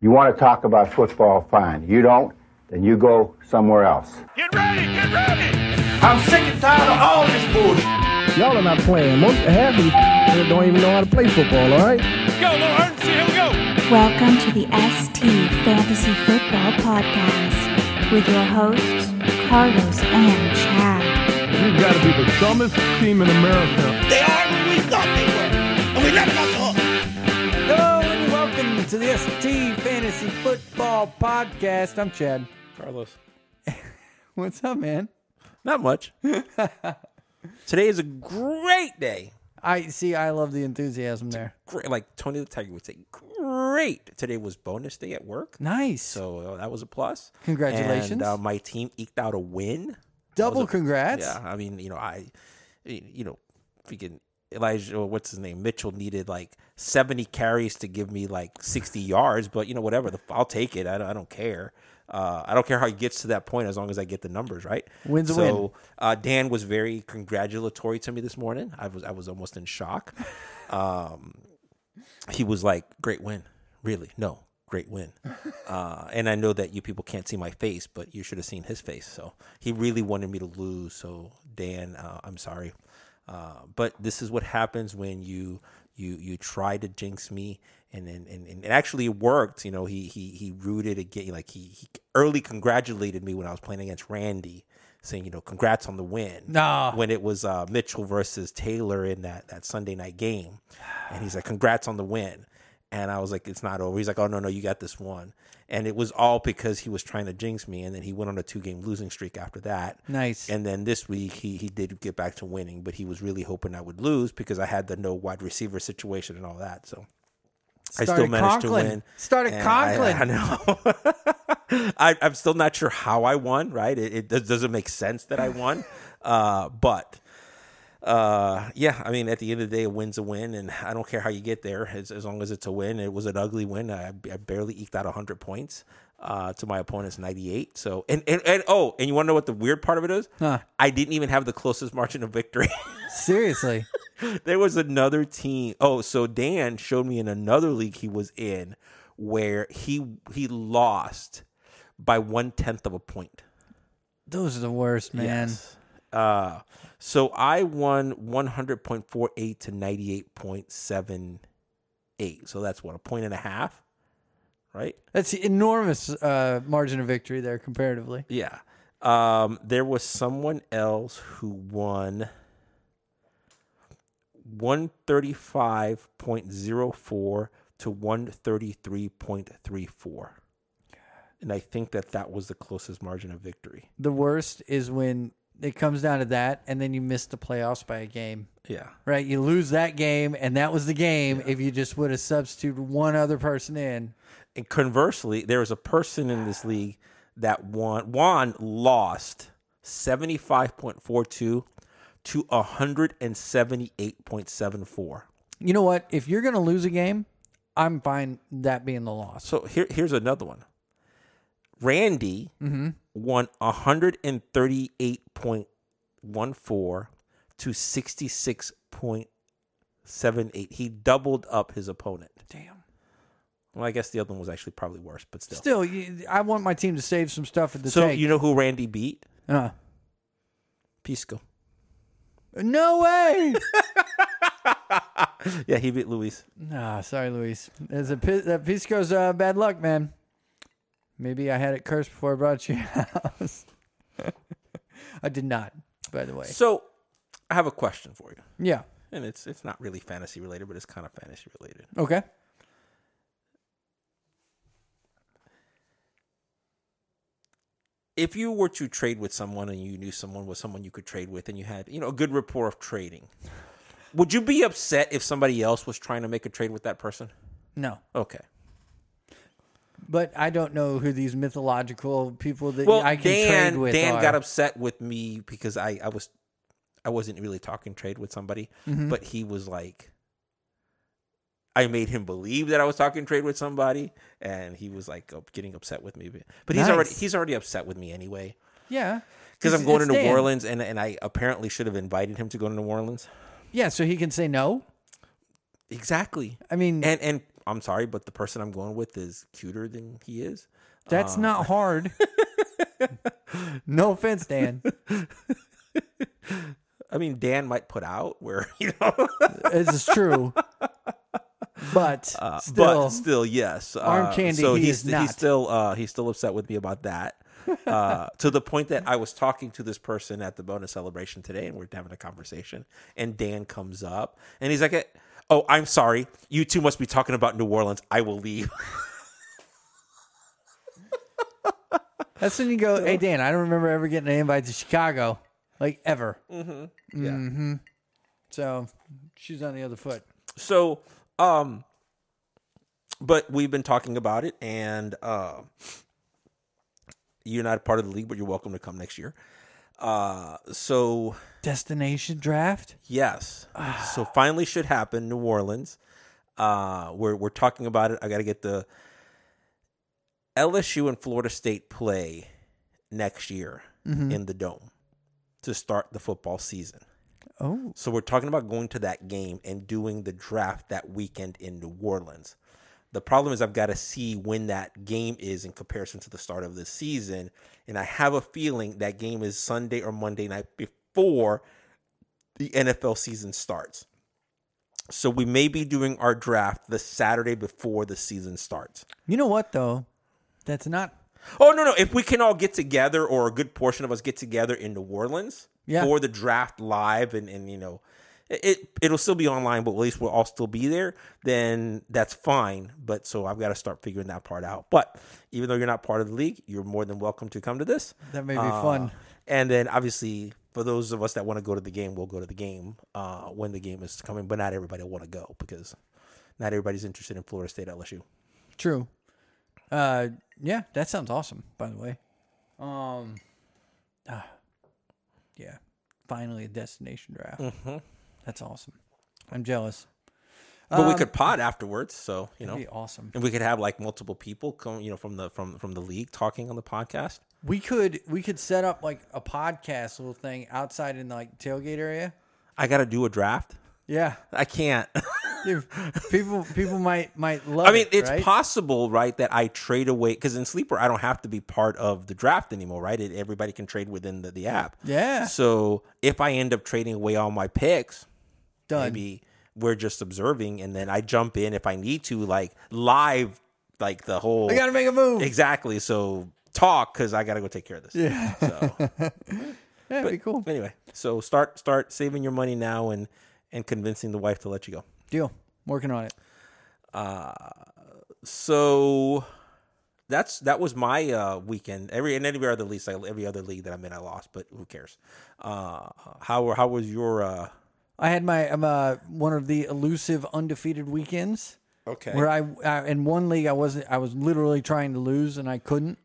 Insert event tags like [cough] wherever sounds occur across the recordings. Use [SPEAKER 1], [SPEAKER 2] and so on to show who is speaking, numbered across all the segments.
[SPEAKER 1] You want to talk about football? Fine. You don't? Then you go somewhere else.
[SPEAKER 2] Get ready, get ready!
[SPEAKER 3] I'm sick and tired of all this bullshit.
[SPEAKER 4] Y'all are not playing. Most half of you don't even know how to play football, all right?
[SPEAKER 2] Go, Lil Ernst, here we go!
[SPEAKER 5] Welcome to the ST Fantasy Football Podcast with your hosts, Carlos and Chad.
[SPEAKER 6] You've got to be the dumbest team in America.
[SPEAKER 3] They are what we thought they were, and we left them off the hook.
[SPEAKER 7] Hello and welcome to the ST Fantasy Football Podcast. I'm Chad.
[SPEAKER 8] Carlos.
[SPEAKER 7] What's up, man?
[SPEAKER 8] Not much. [laughs] Today is a great day.
[SPEAKER 7] I see. I love the enthusiasm there.
[SPEAKER 8] Great, like Tony the Tiger would say, great. Today was bonus day at work,
[SPEAKER 7] Nice.
[SPEAKER 8] so uh, that was a plus.
[SPEAKER 7] Congratulations.
[SPEAKER 8] And, uh, my team eked out a win.
[SPEAKER 7] Double
[SPEAKER 8] was a-
[SPEAKER 7] congrats.
[SPEAKER 8] Yeah, I mean, you know, I, you know, freaking Elijah, or what's his name, Mitchell needed like seventy carries to give me like sixty
[SPEAKER 7] [laughs]
[SPEAKER 8] yards, but you know, whatever. The, I'll take it. I don't, I don't care. Uh, I don't care how it gets to that point as long as I get the numbers right.
[SPEAKER 7] Win's a
[SPEAKER 8] so,
[SPEAKER 7] win.
[SPEAKER 8] Uh, Dan was very congratulatory to me this morning. I was I was almost in shock. Um, he was like, "Great win, really? No, great win." Uh, and I know that you people can't see my face, but you should have seen his face. So he really wanted me to lose. So Dan, uh, I'm sorry, uh, but this is what happens when you you you try to jinx me. And, and, and, and it actually worked. You know, he he he rooted again. Like he, he early congratulated me when I was playing against Randy, saying, you know, congrats on the win.
[SPEAKER 7] Nah.
[SPEAKER 8] When it was uh, Mitchell versus Taylor in that, that Sunday night game. And he's like, congrats on the win. And I was like, it's not over. He's like, oh, no, no, you got this one. And it was all because he was trying to jinx me. And then he went on a two game losing streak after that.
[SPEAKER 7] Nice.
[SPEAKER 8] And then this week, he, he did get back to winning, but he was really hoping I would lose because I had the no wide receiver situation and all that. So. I still
[SPEAKER 7] Started
[SPEAKER 8] managed
[SPEAKER 7] Conklin.
[SPEAKER 8] to win.
[SPEAKER 7] Started
[SPEAKER 8] and I-
[SPEAKER 7] Conklin.
[SPEAKER 8] I, know. [laughs] I, I'm still not sure how I won. Right? It, it does- doesn't make sense that I
[SPEAKER 7] [laughs]
[SPEAKER 8] won. uh, but uh, yeah, I mean, at the end of the day, a win's a win, and I don't care how you get there, as, as long as it's a win. It was an ugly win. I, I barely eked out 100 points uh, to my opponent's 98. So, and, and, and oh, and you want to know what the weird part of it is?
[SPEAKER 7] Huh.
[SPEAKER 8] I didn't even have the closest margin of victory. [laughs]
[SPEAKER 7] [laughs] Seriously.
[SPEAKER 8] there was another team. Oh, so Dan showed me in another league he was in where he he lost by one tenth of a point.
[SPEAKER 7] Those are the worst, man.
[SPEAKER 8] Uh, so I won 100.48 to 98.78. So that's what, a point and a half, right?
[SPEAKER 7] That's enormous uh, margin of victory there comparatively.
[SPEAKER 8] Yeah. Um, there was someone else who won 135.04 to 133.34. And I think that that was the closest margin of victory.
[SPEAKER 7] The worst is when it comes down to that, and then you miss the playoffs by a game.
[SPEAKER 8] Yeah.
[SPEAKER 7] Right, you lose that game, and that was the game. If you just would have substituted one other person in,
[SPEAKER 8] And conversely, there was a person in this league that won. Juan lost 75.42 to 178.74.
[SPEAKER 7] you know what? If you're gonna lose a game, I'm fine that being the loss.
[SPEAKER 8] So here, here's another one. Randy won 138.14 to 66.78. He doubled up his opponent.
[SPEAKER 7] Damn.
[SPEAKER 8] Well, I guess the other one was actually probably worse, but still.
[SPEAKER 7] Still, you, I want my team to save some stuff at the
[SPEAKER 8] so
[SPEAKER 7] tank.
[SPEAKER 8] you know who Randy beat?
[SPEAKER 7] Uh,
[SPEAKER 8] Pisco.
[SPEAKER 7] no way.
[SPEAKER 8] Yeah, he beat Luis.
[SPEAKER 7] nah, Ah, sorry, Luis. As a pi- that Pisco's uh, bad luck, man. Maybe I had it cursed before I brought you [laughs] house. I did not, by the way.
[SPEAKER 8] So I have a question for you,
[SPEAKER 7] Yeah.
[SPEAKER 8] and it's it's not really fantasy related, but it's kind of fantasy related.
[SPEAKER 7] Okay.
[SPEAKER 8] if you were to trade with someone and you knew someone was someone you could trade with and you had you know a good rapport of trading would you be upset if somebody else was trying to make a trade with that person
[SPEAKER 7] No,
[SPEAKER 8] okay
[SPEAKER 7] but I don't know who these mythological people that
[SPEAKER 8] well
[SPEAKER 7] I can
[SPEAKER 8] dan
[SPEAKER 7] trade with
[SPEAKER 8] dan
[SPEAKER 7] are.
[SPEAKER 8] got upset with me because i i was i wasn't really talking trade with somebody
[SPEAKER 7] Mm-hmm.
[SPEAKER 8] but he was like I made him believe that I was talking trade with somebody, and he was like up- getting upset with me. But but he's
[SPEAKER 7] Nice.
[SPEAKER 8] already he's already upset with me anyway
[SPEAKER 7] Yeah.
[SPEAKER 8] because
[SPEAKER 7] It's-
[SPEAKER 8] I'm going to
[SPEAKER 7] it's
[SPEAKER 8] New
[SPEAKER 7] Dan.
[SPEAKER 8] Orleans, and and I apparently should have invited him to go to New Orleans.
[SPEAKER 7] Yeah, so he can say no.
[SPEAKER 8] Exactly.
[SPEAKER 7] I mean,
[SPEAKER 8] and and I'm sorry, but the person I'm going with is cuter than he is. uh,
[SPEAKER 7] That's
[SPEAKER 8] [laughs]
[SPEAKER 7] not hard. no offense, Dan.
[SPEAKER 8] I mean, Dan might put out where [laughs] you know,
[SPEAKER 7] This is
[SPEAKER 8] [laughs]
[SPEAKER 7] true. But
[SPEAKER 8] Uh, but
[SPEAKER 7] still,
[SPEAKER 8] still, yes,
[SPEAKER 7] Arm
[SPEAKER 8] uh,
[SPEAKER 7] candy
[SPEAKER 8] So
[SPEAKER 7] he
[SPEAKER 8] he's
[SPEAKER 7] is not.
[SPEAKER 8] he's still uh, he's still upset with me about that.
[SPEAKER 7] [laughs]
[SPEAKER 8] uh, to the point that I was talking to this person at the bonus celebration today, and we're having a conversation. And Dan comes up, and he's like, "Oh, I'm sorry, you two must be talking about New Orleans. I will leave."
[SPEAKER 7] that's when you go, hey, Dan, I don't remember ever getting an invite to Chicago, like ever. Mm-hmm.
[SPEAKER 8] Yeah.
[SPEAKER 7] So she's on the other foot.
[SPEAKER 8] So, um, but we've been talking about it, and uh, you're not a part of the league, but you're welcome to come next year. Uh, so
[SPEAKER 7] Destination draft?
[SPEAKER 8] yes, so finally should happen. New Orleans. Uh, we're we're talking about it. I got to get the LSU and Florida State play next year in the dome to start the football season.
[SPEAKER 7] Oh,
[SPEAKER 8] So we're talking about going to that game and doing the draft that weekend in New Orleans. The problem is I've got to see when that game is in comparison to the start of the season, and I have a feeling that game is Sunday or Monday night before the NFL season starts. So we may be doing our draft the Saturday before the season starts.
[SPEAKER 7] you know what though? That's not
[SPEAKER 8] Oh no no! If we can all get together, or a good portion of us get together in New Orleans
[SPEAKER 7] Yeah.
[SPEAKER 8] for the draft live, and and you know, it it'll still be online, but at least we'll all still be there. Then that's fine. But so I've got to start figuring that part out. But even though you're not part of the league, you're more than welcome to come to this. Uh,
[SPEAKER 7] That may be fun.
[SPEAKER 8] And then obviously for those of us that want to go to the game, we'll go to the game uh, when the game is coming. But not everybody will want to go because not everybody's interested in Florida State LSU.
[SPEAKER 7] true. Uh, yeah, that sounds awesome. By the way, um, ah, yeah, finally a destination draft. That's awesome. I'm jealous.
[SPEAKER 8] But
[SPEAKER 7] Um,
[SPEAKER 8] we could pod afterwards, so you know.
[SPEAKER 7] That'd be awesome.
[SPEAKER 8] and we could have like multiple people come you know from the from from the league talking on the podcast
[SPEAKER 7] We could we could set up like a podcast little thing outside in like tailgate area.
[SPEAKER 8] i gotta do a draft
[SPEAKER 7] Yeah,
[SPEAKER 8] i can't [laughs]
[SPEAKER 7] Dude, people people might might love.
[SPEAKER 8] i mean
[SPEAKER 7] it,
[SPEAKER 8] it's
[SPEAKER 7] right?
[SPEAKER 8] possible right that i trade away because in sleeper i don't have to be part of the draft anymore right it, everybody can trade within the, the app
[SPEAKER 7] Yeah.
[SPEAKER 8] so if i end up trading away all my picks
[SPEAKER 7] done.
[SPEAKER 8] maybe we're just observing and then i jump in if i need to like live like the whole
[SPEAKER 7] I gotta make a move.
[SPEAKER 8] exactly so talk because i gotta go take care of this yeah so
[SPEAKER 7] That'd be cool.
[SPEAKER 8] Anyway, so start start saving your money now and and convincing the wife to let you go.
[SPEAKER 7] Deal. Working on it.
[SPEAKER 8] So that's that was my uh, weekend. Every and every other league, I, every other league that I'm in, I lost, but who cares? Uh, how how was your uh,
[SPEAKER 7] I had my um, uh, one of the elusive undefeated weekends
[SPEAKER 8] okay?
[SPEAKER 7] where I uh, in one league I wasn't I was literally trying to lose and I couldn't.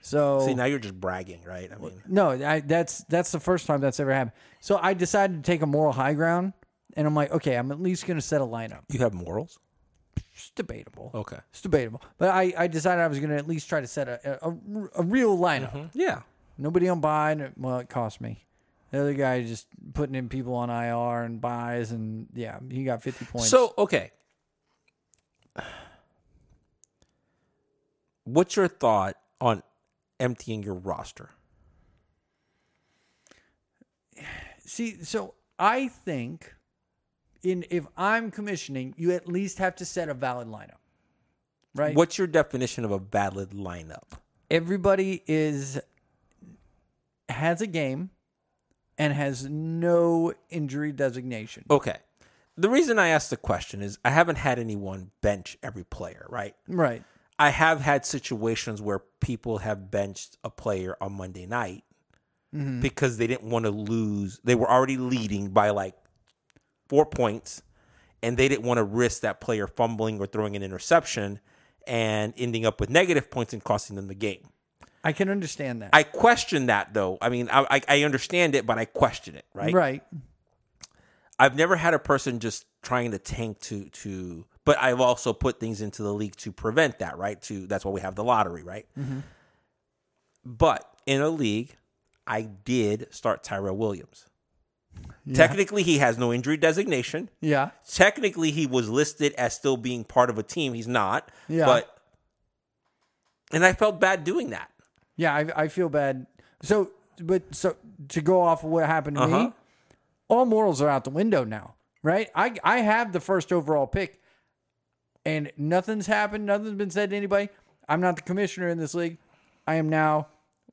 [SPEAKER 7] So
[SPEAKER 8] See, now you're just bragging, right? I mean,
[SPEAKER 7] no, I, that's that's the first time that's ever happened. So I decided to take a moral high ground, and I'm like, okay, I'm at least gonna set a lineup.
[SPEAKER 8] you have morals.
[SPEAKER 7] It's debatable.
[SPEAKER 8] Okay.
[SPEAKER 7] It's debatable, but I, I decided I was gonna at least try to set a a, a- a real lineup.
[SPEAKER 8] Yeah.
[SPEAKER 7] Nobody on buy. and it- Well, it cost me. The other guy just putting in people on IR and buys, and yeah, he got fifty points.
[SPEAKER 8] So okay, what's your thought on emptying your roster?
[SPEAKER 7] see, so I think in if I'm commissioning, you at least have to set a valid lineup, right?
[SPEAKER 8] What's your definition of a valid lineup?
[SPEAKER 7] everybody is has a game and has no injury designation.
[SPEAKER 8] Okay. The reason I asked the question is I haven't had anyone bench every player, right?
[SPEAKER 7] Right.
[SPEAKER 8] I have had situations where people have benched a player on Monday night because they didn't want to lose. They were already leading by like four points and they didn't want to risk that player fumbling or throwing an interception and ending up with negative points and costing them the game.
[SPEAKER 7] I can understand that.
[SPEAKER 8] I question that though. I mean, I, I, I understand it, but I question it, right?
[SPEAKER 7] right.
[SPEAKER 8] I've never had a person just trying to tank to to but I've also put things into the league to prevent that, right? To that's why we have the lottery, right? But in a league, I did start Tyrell Williams. Technically, he has no injury designation.
[SPEAKER 7] Yeah.
[SPEAKER 8] Technically, he was listed as still being part of a team. He's not.
[SPEAKER 7] Yeah.
[SPEAKER 8] But and I felt bad doing that.
[SPEAKER 7] Yeah, I, I feel bad. So, but so to go off of what happened to
[SPEAKER 8] Uh-huh.
[SPEAKER 7] me, all morals are out the window now, right? I I have the first overall pick, and nothing's happened. Nothing's been said to anybody. I'm not the commissioner in this league. I am now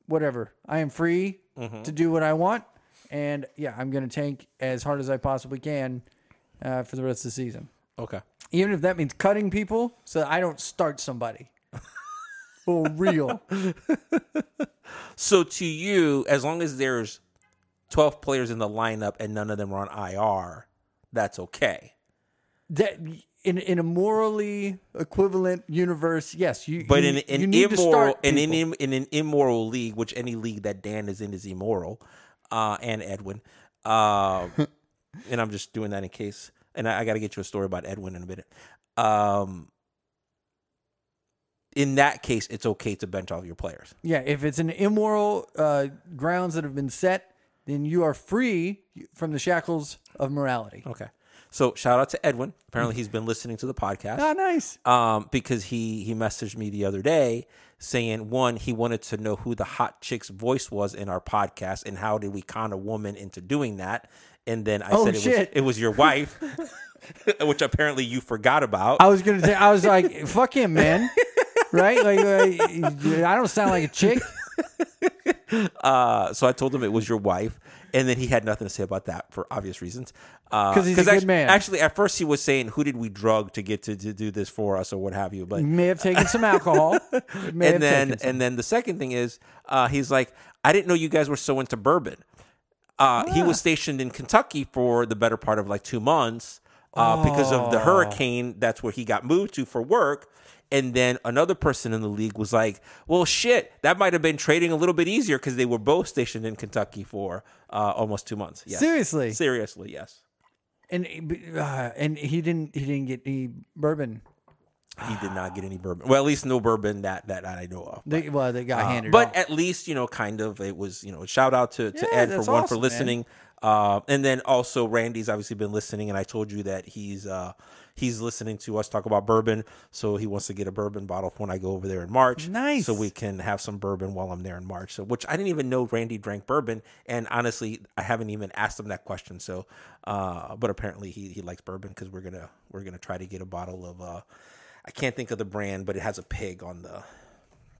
[SPEAKER 7] whatever. I am free
[SPEAKER 8] Mm-hmm.
[SPEAKER 7] to do what I want, and yeah, I'm going to tank as hard as I possibly can uh, for the rest of the season
[SPEAKER 8] Okay.
[SPEAKER 7] even if that means cutting people so that I don't
[SPEAKER 8] [laughs]
[SPEAKER 7] start somebody. For real.
[SPEAKER 8] So to you, as long as there's twelve players in the lineup and none of them are on IR, that's okay.
[SPEAKER 7] That in in a morally equivalent universe, yes, you
[SPEAKER 8] But
[SPEAKER 7] you,
[SPEAKER 8] in
[SPEAKER 7] you
[SPEAKER 8] an
[SPEAKER 7] need to
[SPEAKER 8] immoral
[SPEAKER 7] start
[SPEAKER 8] in an,
[SPEAKER 7] people.
[SPEAKER 8] im- in an immoral league, which any league that Dan is in is immoral, uh, and Edwin,
[SPEAKER 7] [laughs]
[SPEAKER 8] um, and I'm just doing that in case. And I, I got to get you a story about Edwin in a minute. Um, in that case, it's okay to bench all of your players.
[SPEAKER 7] Yeah, if it's an immoral uh, grounds that have been set, then you are free from the shackles of morality.
[SPEAKER 8] Okay. So shout out to Edwin. Apparently, he's been listening to the
[SPEAKER 7] [laughs]
[SPEAKER 8] podcast.
[SPEAKER 7] Ah, nice.
[SPEAKER 8] um, because he he messaged me the other day saying one he wanted to know who the hot chick's voice was in our podcast and how did we con a woman into doing that and then I
[SPEAKER 7] Oh,
[SPEAKER 8] said it was
[SPEAKER 7] shit.
[SPEAKER 8] it was your
[SPEAKER 7] [laughs]
[SPEAKER 8] wife [laughs] which apparently you forgot about
[SPEAKER 7] I was gonna say, I was like, fuck him, man. [laughs] Right? Like, uh, I don't sound like a chick.
[SPEAKER 8] uh, so I told him it was your wife and then he had nothing to say about that for obvious reasons
[SPEAKER 7] 'Cause he's a good
[SPEAKER 8] actually,
[SPEAKER 7] man.
[SPEAKER 8] actually at first he was saying who did we drug to get to, to do this for us or what have you but
[SPEAKER 7] May have taken some alcohol. May have
[SPEAKER 8] and then
[SPEAKER 7] taken some.
[SPEAKER 8] and then the second thing is uh, he's like i didn't know you guys were so into bourbon uh, he
[SPEAKER 7] Ah.
[SPEAKER 8] was stationed in kentucky for the better part of like two months uh, because of
[SPEAKER 7] Ah.
[SPEAKER 8] the hurricane that's where he got moved to for work and then another person in the league was like well shit that might have been trading a little bit easier because they were both stationed in kentucky for uh, almost two months yes.
[SPEAKER 7] Seriously?
[SPEAKER 8] seriously yes
[SPEAKER 7] and uh, and he didn't he didn't get any bourbon.
[SPEAKER 8] he did not get any bourbon well at least no bourbon that that i know of
[SPEAKER 7] They, well, they got handed.
[SPEAKER 8] Ah. but
[SPEAKER 7] off.
[SPEAKER 8] at least you know kind of it was you know shout out to, to
[SPEAKER 7] Yeah,
[SPEAKER 8] ed for
[SPEAKER 7] that's
[SPEAKER 8] one for
[SPEAKER 7] awesome, man.
[SPEAKER 8] listening uh, and then also randy's obviously been listening and i told you that he's uh he's listening to us talk about bourbon so he wants to get a bourbon bottle for when i go over there in march
[SPEAKER 7] Nice.
[SPEAKER 8] so we can have some bourbon while i'm there in march so which i didn't even know randy drank bourbon and honestly i haven't even asked him that question so uh but apparently he, he likes bourbon because we're gonna we're gonna try to get a bottle of uh i can't think of the brand but it has a pig on the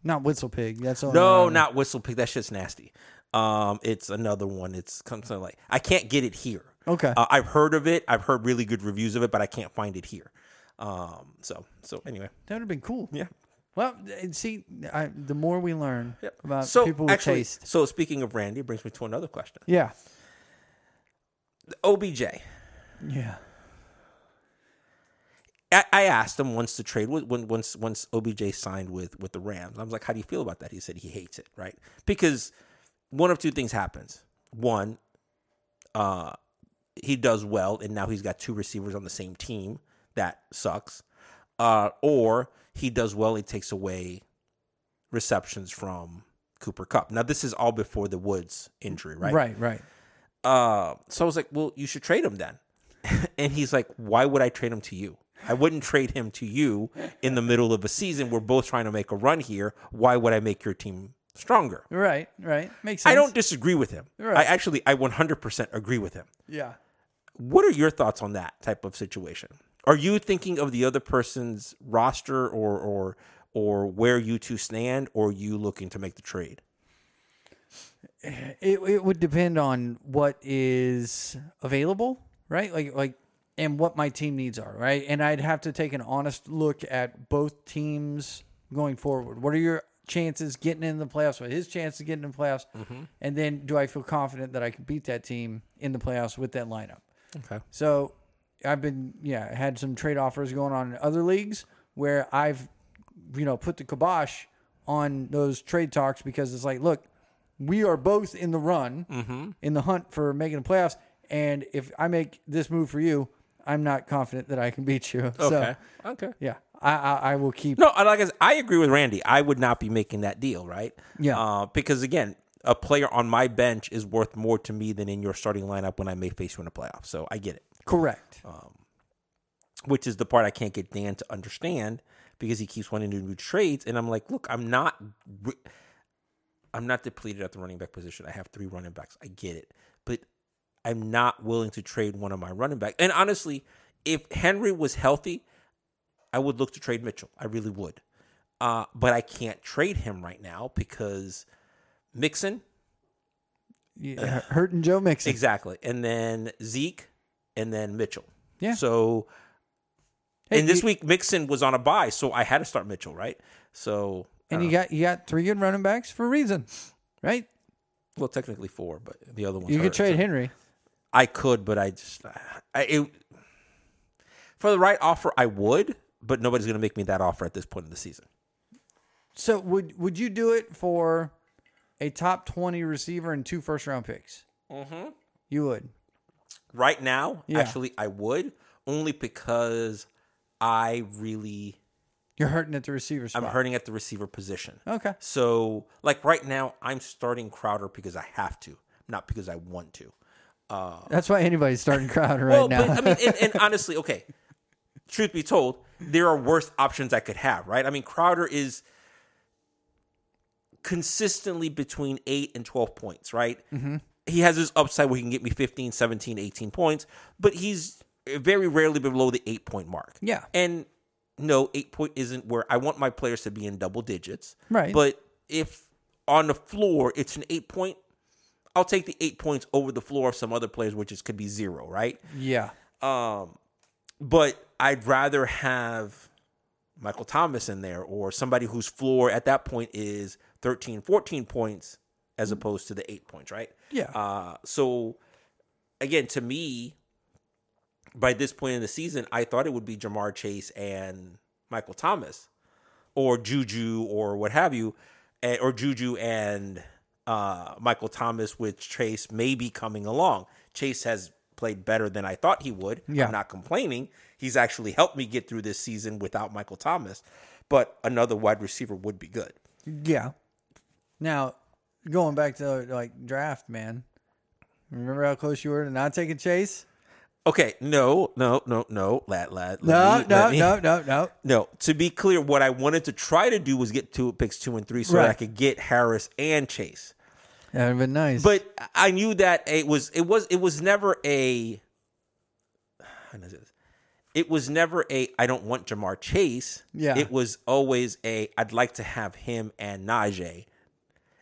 [SPEAKER 7] not Whistle Pig. That's um, all.
[SPEAKER 8] no, not whistle pig. That shit's nasty. Um, it's another one. It's comes to like I can't get it here.
[SPEAKER 7] Okay.
[SPEAKER 8] Uh, I've heard of it. I've heard really good reviews of it, but I can't find it here. Um, so so anyway,
[SPEAKER 7] that would have been cool.
[SPEAKER 8] yeah.
[SPEAKER 7] Well, and see, I, the more we learn
[SPEAKER 8] yeah.
[SPEAKER 7] about
[SPEAKER 8] so
[SPEAKER 7] people with
[SPEAKER 8] actually,
[SPEAKER 7] taste.
[SPEAKER 8] so speaking of Randy, brings me to another question.
[SPEAKER 7] Yeah.
[SPEAKER 8] OBJ,
[SPEAKER 7] Yeah.
[SPEAKER 8] I, I asked him once the trade was when once once OBJ signed with with the Rams. I was like, how do you feel about that? He said he hates it, right? Because one of two things happens. One, uh, he does well, and now he's got two receivers on the same team. That sucks. Uh, or he does well, it takes away receptions from Cooper Cup. Now, this is all before the Woods injury, right?
[SPEAKER 7] Right. Right. right.
[SPEAKER 8] Uh, so I was like, well, you should trade him then. [laughs] and he's like, why would I trade him to you? I wouldn't trade him to you in the middle of a season. We're both trying to make a run here. Why would I make your team stronger?
[SPEAKER 7] Right. Makes sense.
[SPEAKER 8] I don't disagree with him. I
[SPEAKER 7] Right.
[SPEAKER 8] actually, I 100% agree with him.
[SPEAKER 7] Yeah.
[SPEAKER 8] What are your thoughts on that type of situation? Are you thinking of the other person's roster or or or where you two stand, or are you looking to make the trade?
[SPEAKER 7] It it would depend on what is available, right? Like like and what my team needs are, right? And I'd have to take an honest look at both teams going forward. What are your chances getting in the playoffs? What are his chances getting in the playoffs?
[SPEAKER 8] Mm-hmm.
[SPEAKER 7] And then do I feel confident that I can beat that team in the playoffs with that lineup?
[SPEAKER 8] Okay.
[SPEAKER 7] So I've been yeah had some trade offers going on in other leagues where I've you know put the kibosh on those trade talks because it's like look we are both in the run
[SPEAKER 8] Mm-hmm.
[SPEAKER 7] in the hunt for making the playoffs and if I make this move for you I'm not confident that I can beat you [laughs] so
[SPEAKER 8] okay.
[SPEAKER 7] yeah I I, I will keep
[SPEAKER 8] No, I- like I, said, I agree with Randy. I would not be making that deal, right?
[SPEAKER 7] Yeah.
[SPEAKER 8] Uh, because again, a player on my bench is worth more to me than in your starting lineup when I may face you in a playoff. So I get it,
[SPEAKER 7] Correct.
[SPEAKER 8] Oh. which is the part I can't get Dan to understand because he keeps wanting to do trades, and I'm like, look, I'm not, re- I'm not depleted at the running back position. I have three running backs. I get it, but I'm not willing to trade one of my running backs. And honestly, if Henry was healthy, I would look to trade Mitchell. I really would. Uh, but I can't trade him right now because Mixon,
[SPEAKER 7] Yeah, hurting Joe Mixon.
[SPEAKER 8] Exactly. And then Zeke and then Mitchell.
[SPEAKER 7] Yeah.
[SPEAKER 8] So
[SPEAKER 7] Hey,
[SPEAKER 8] and this
[SPEAKER 7] you-
[SPEAKER 8] week Mixon was on a bye, so I had to start Mitchell, right? So
[SPEAKER 7] And you got you got three good running backs for a reason, right?
[SPEAKER 8] well technically four, but the other one
[SPEAKER 7] You could trade Henry.
[SPEAKER 8] I could, but I just I it, for the right offer I would, but nobody's gonna make me that offer at this point in the season.
[SPEAKER 7] So would would you do it for a top twenty receiver and two first round picks? Mm-hmm. You would.
[SPEAKER 8] Right now,
[SPEAKER 7] Yeah.
[SPEAKER 8] actually I would, only because I really
[SPEAKER 7] You're hurting at the receiver spot.
[SPEAKER 8] I'm hurting at the receiver position.
[SPEAKER 7] Okay.
[SPEAKER 8] So, like right now, I'm starting Crowder because I have to, not because I want to.
[SPEAKER 7] That's why anybody's
[SPEAKER 8] [laughs]
[SPEAKER 7] starting Crowder
[SPEAKER 8] Well,
[SPEAKER 7] right now.
[SPEAKER 8] but I mean, and, and honestly, okay. Truth be told, there are worse options I could have, right? I mean, Crowder is consistently between 8 and 12 points, right?
[SPEAKER 7] Mm-hmm.
[SPEAKER 8] He has his upside where he can get me 15, 17, 18 points, but he's very rarely below the 8 point mark.
[SPEAKER 7] Yeah.
[SPEAKER 8] And no, 8 point isn't where I want my players to be in double digits.
[SPEAKER 7] Right.
[SPEAKER 8] But if on the floor it's an 8 point, I'll take the 8 points over the floor of some other players which is could be 0, right?
[SPEAKER 7] [laughs] yeah.
[SPEAKER 8] but I'd rather have Michael Thomas in there or somebody whose floor at that point is 13, 14 points as opposed to the eight points, right?
[SPEAKER 7] Yeah.
[SPEAKER 8] Uh, so, again, to me, by this point in the season, I thought it would be Jamar Chase and Michael Thomas or Juju or what have you, eh, or Juju and uh, Michael Thomas, with Chase may be coming along. Chase has played better than I thought he would.
[SPEAKER 7] Yeah.
[SPEAKER 8] I'm not complaining. He's actually helped me get through this season without Michael Thomas, but another wide receiver would be good.
[SPEAKER 7] Yeah. Now, going back to like draft, man. Remember how close you were to not taking Chase?
[SPEAKER 8] Okay, no, no, no, no, lad, lad.
[SPEAKER 7] No,
[SPEAKER 8] let me-
[SPEAKER 7] no,
[SPEAKER 8] let me-
[SPEAKER 7] no, no, no.
[SPEAKER 8] No, to be clear, what I wanted to try to do was get two picks two and three so that I
[SPEAKER 7] Right.
[SPEAKER 8] could get Harris and Chase.
[SPEAKER 7] That would have been nice.
[SPEAKER 8] But I knew that it was it was it was never a how do I say this? it was never a I don't want Jamar Chase.
[SPEAKER 7] Yeah.
[SPEAKER 8] It was always a I'd like to have him and Najee.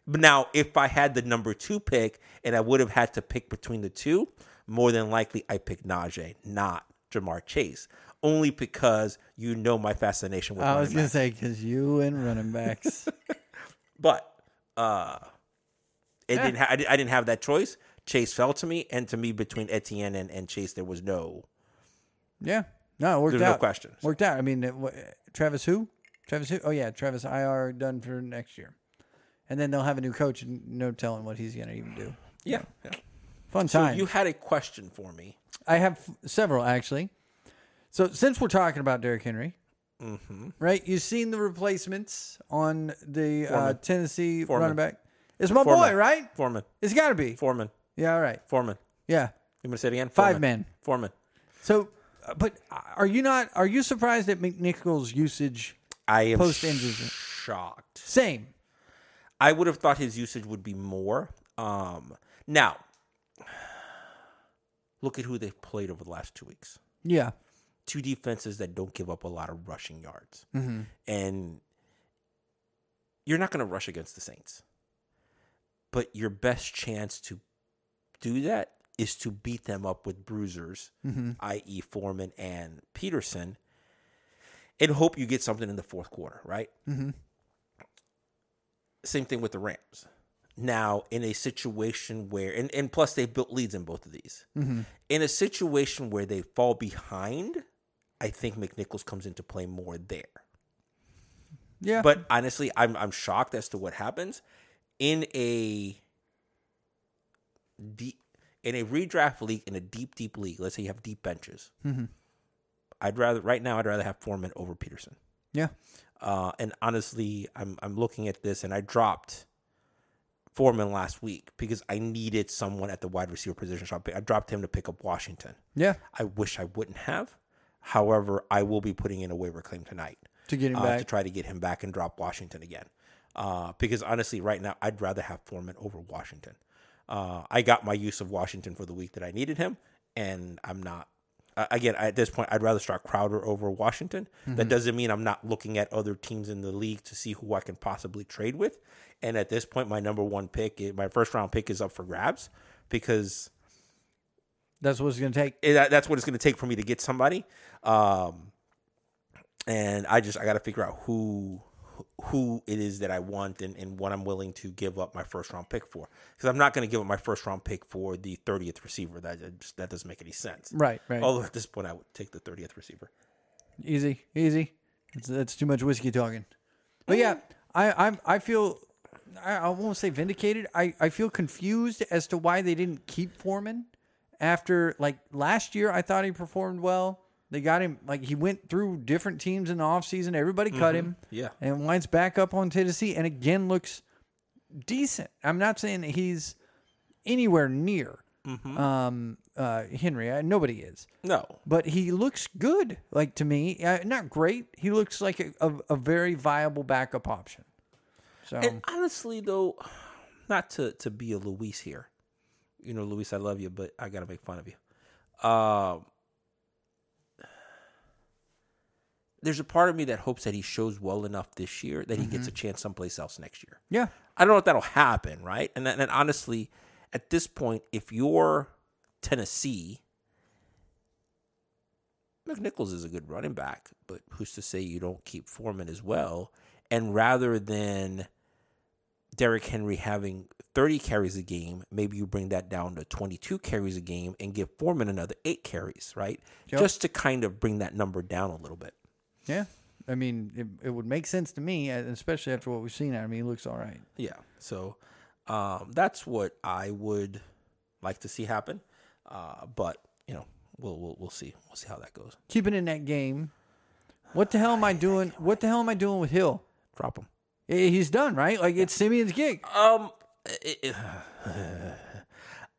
[SPEAKER 8] But now if I had the number two pick and I would have had to pick between the two, more than likely I pick Najee, not Jamar Chase. Only because you know my fascination with
[SPEAKER 7] I
[SPEAKER 8] running
[SPEAKER 7] was going
[SPEAKER 8] backs.
[SPEAKER 7] to say, because you and running
[SPEAKER 8] [laughs]
[SPEAKER 7] backs.
[SPEAKER 8] But uh, it didn't. Ha- I, di- I didn't have that choice. Chase fell to me, and to me, between Etienne and, and Chase, there was no.
[SPEAKER 7] yeah. No, it worked
[SPEAKER 8] There's no
[SPEAKER 7] out.
[SPEAKER 8] question.
[SPEAKER 7] Worked out. I mean, it, wa- Travis who? Travis who? Oh, yeah. Travis IR done for next year. And then they'll have a new coach and no telling what he's going to even do.
[SPEAKER 8] Yeah.
[SPEAKER 7] Fun
[SPEAKER 8] So
[SPEAKER 7] time.
[SPEAKER 8] you had a question for me.
[SPEAKER 7] I have f- several actually. So since we're talking about Derrick Henry,
[SPEAKER 8] Mm-hmm.
[SPEAKER 7] right? You've seen the replacements on the uh,
[SPEAKER 8] Foreman.
[SPEAKER 7] Tennessee
[SPEAKER 8] Foreman.
[SPEAKER 7] running back. It's my
[SPEAKER 8] Foreman.
[SPEAKER 7] boy, right?
[SPEAKER 8] Foreman.
[SPEAKER 7] It's got to be.
[SPEAKER 8] Foreman.
[SPEAKER 7] Yeah, all right.
[SPEAKER 8] Foreman.
[SPEAKER 7] Yeah,
[SPEAKER 8] You want to say it again?
[SPEAKER 7] five
[SPEAKER 8] Foreman.
[SPEAKER 7] man.
[SPEAKER 8] Foreman.
[SPEAKER 7] So, uh, but are you not? Are you surprised at McNichols' usage?
[SPEAKER 8] I am
[SPEAKER 7] Post injury.
[SPEAKER 8] shocked.
[SPEAKER 7] Same.
[SPEAKER 8] I would have thought his usage would be more. Um, now, look at who they've played over the last two weeks.
[SPEAKER 7] Yeah,
[SPEAKER 8] two defenses that don't give up a lot of rushing yards. And you're not going to rush against the Saints. But your best chance to do that is to beat them up with bruisers, i.e., Foreman and Peterson, and hope you get something in the fourth quarter, right? Same thing with the Rams. Now, in a situation where, and, and plus they built leads in both of these in a situation where they fall behind, I think McNichols comes into play more there.
[SPEAKER 7] yeah.
[SPEAKER 8] But honestly, I'm I'm shocked as to what happens in a deep in a redraft league in a deep deep league. Let's say you have deep benches. I'd rather right now I'd rather have Foreman over Peterson.
[SPEAKER 7] yeah,
[SPEAKER 8] Uh, and honestly, I'm I'm looking at this and I dropped Foreman last week because I needed someone at the wide receiver position. So I pick- I dropped him to pick up Washington.
[SPEAKER 7] Yeah.
[SPEAKER 8] I wish I wouldn't have. However, I will be putting in a waiver claim tonight
[SPEAKER 7] To get him
[SPEAKER 8] uh,
[SPEAKER 7] back.
[SPEAKER 8] to try to get him back and drop Washington again. Uh, because honestly, right now I'd rather have Foreman over Washington. Uh, I got my use of Washington for the week that I needed him, and I'm not. Uh, again, at this point, I'd rather start Crowder over Washington.
[SPEAKER 7] Mm-hmm.
[SPEAKER 8] That doesn't mean I'm not looking at other teams in the league to see who I can possibly trade with. And at this point, my number one pick, is- my first round pick, is up for grabs because
[SPEAKER 7] That's what it's going to take.
[SPEAKER 8] it, that- that's what it's going to take for me to get somebody. Um, and I just I got to figure out who who it is that I want and, and what I'm willing to give up my first round pick for because I'm not going to give up my first round pick for the 30th receiver. That that just, that doesn't make any sense.
[SPEAKER 7] Right, right.
[SPEAKER 8] Although at this point I would take the 30th receiver.
[SPEAKER 7] Easy, easy. That's, that's too much whiskey talking. But yeah, I I, I feel I, I won't say vindicated. I, I feel confused as to why they didn't keep Foreman after like last year. I thought he performed well. They got him like he went through different teams in the offseason. Everybody cut him.
[SPEAKER 8] Yeah.
[SPEAKER 7] and winds back up on Tennessee and again looks decent. I'm not saying that he's anywhere near um uh Henry. I, nobody is
[SPEAKER 8] No,
[SPEAKER 7] but he looks good like to me uh, not great he looks like a, a, a very viable backup option so
[SPEAKER 8] And honestly, though, not to to be a Luis here, you know, Luis, I love you, but I gotta make fun of you. Um, there's a part of me that hopes that he shows well enough this year that he gets a chance someplace else next year.
[SPEAKER 7] yeah
[SPEAKER 8] I don't know if that'll happen, right? And then, and honestly, at this point, if you're Tennessee, McNichols is a good running back, but who's to say you don't keep Foreman as well? And rather than Derrick Henry having 30 carries a game, maybe you bring that down to 22 carries a game and give Foreman another eight carries, right?
[SPEAKER 7] Yep.
[SPEAKER 8] Just to kind of bring that number down a little bit.
[SPEAKER 7] yeah i mean it, it would make sense to me uh, especially after what we've seen i mean he looks all right
[SPEAKER 8] Yeah. So um, that's what I would like to see happen. Uh, but you know, we'll, we'll we'll see. We'll see how that goes.
[SPEAKER 7] keeping in that game what the hell am i doing what the hell am i doing with hill
[SPEAKER 8] Drop him.
[SPEAKER 7] I- he's done right like it's simeon's gig
[SPEAKER 8] Um. i- i- [laughs]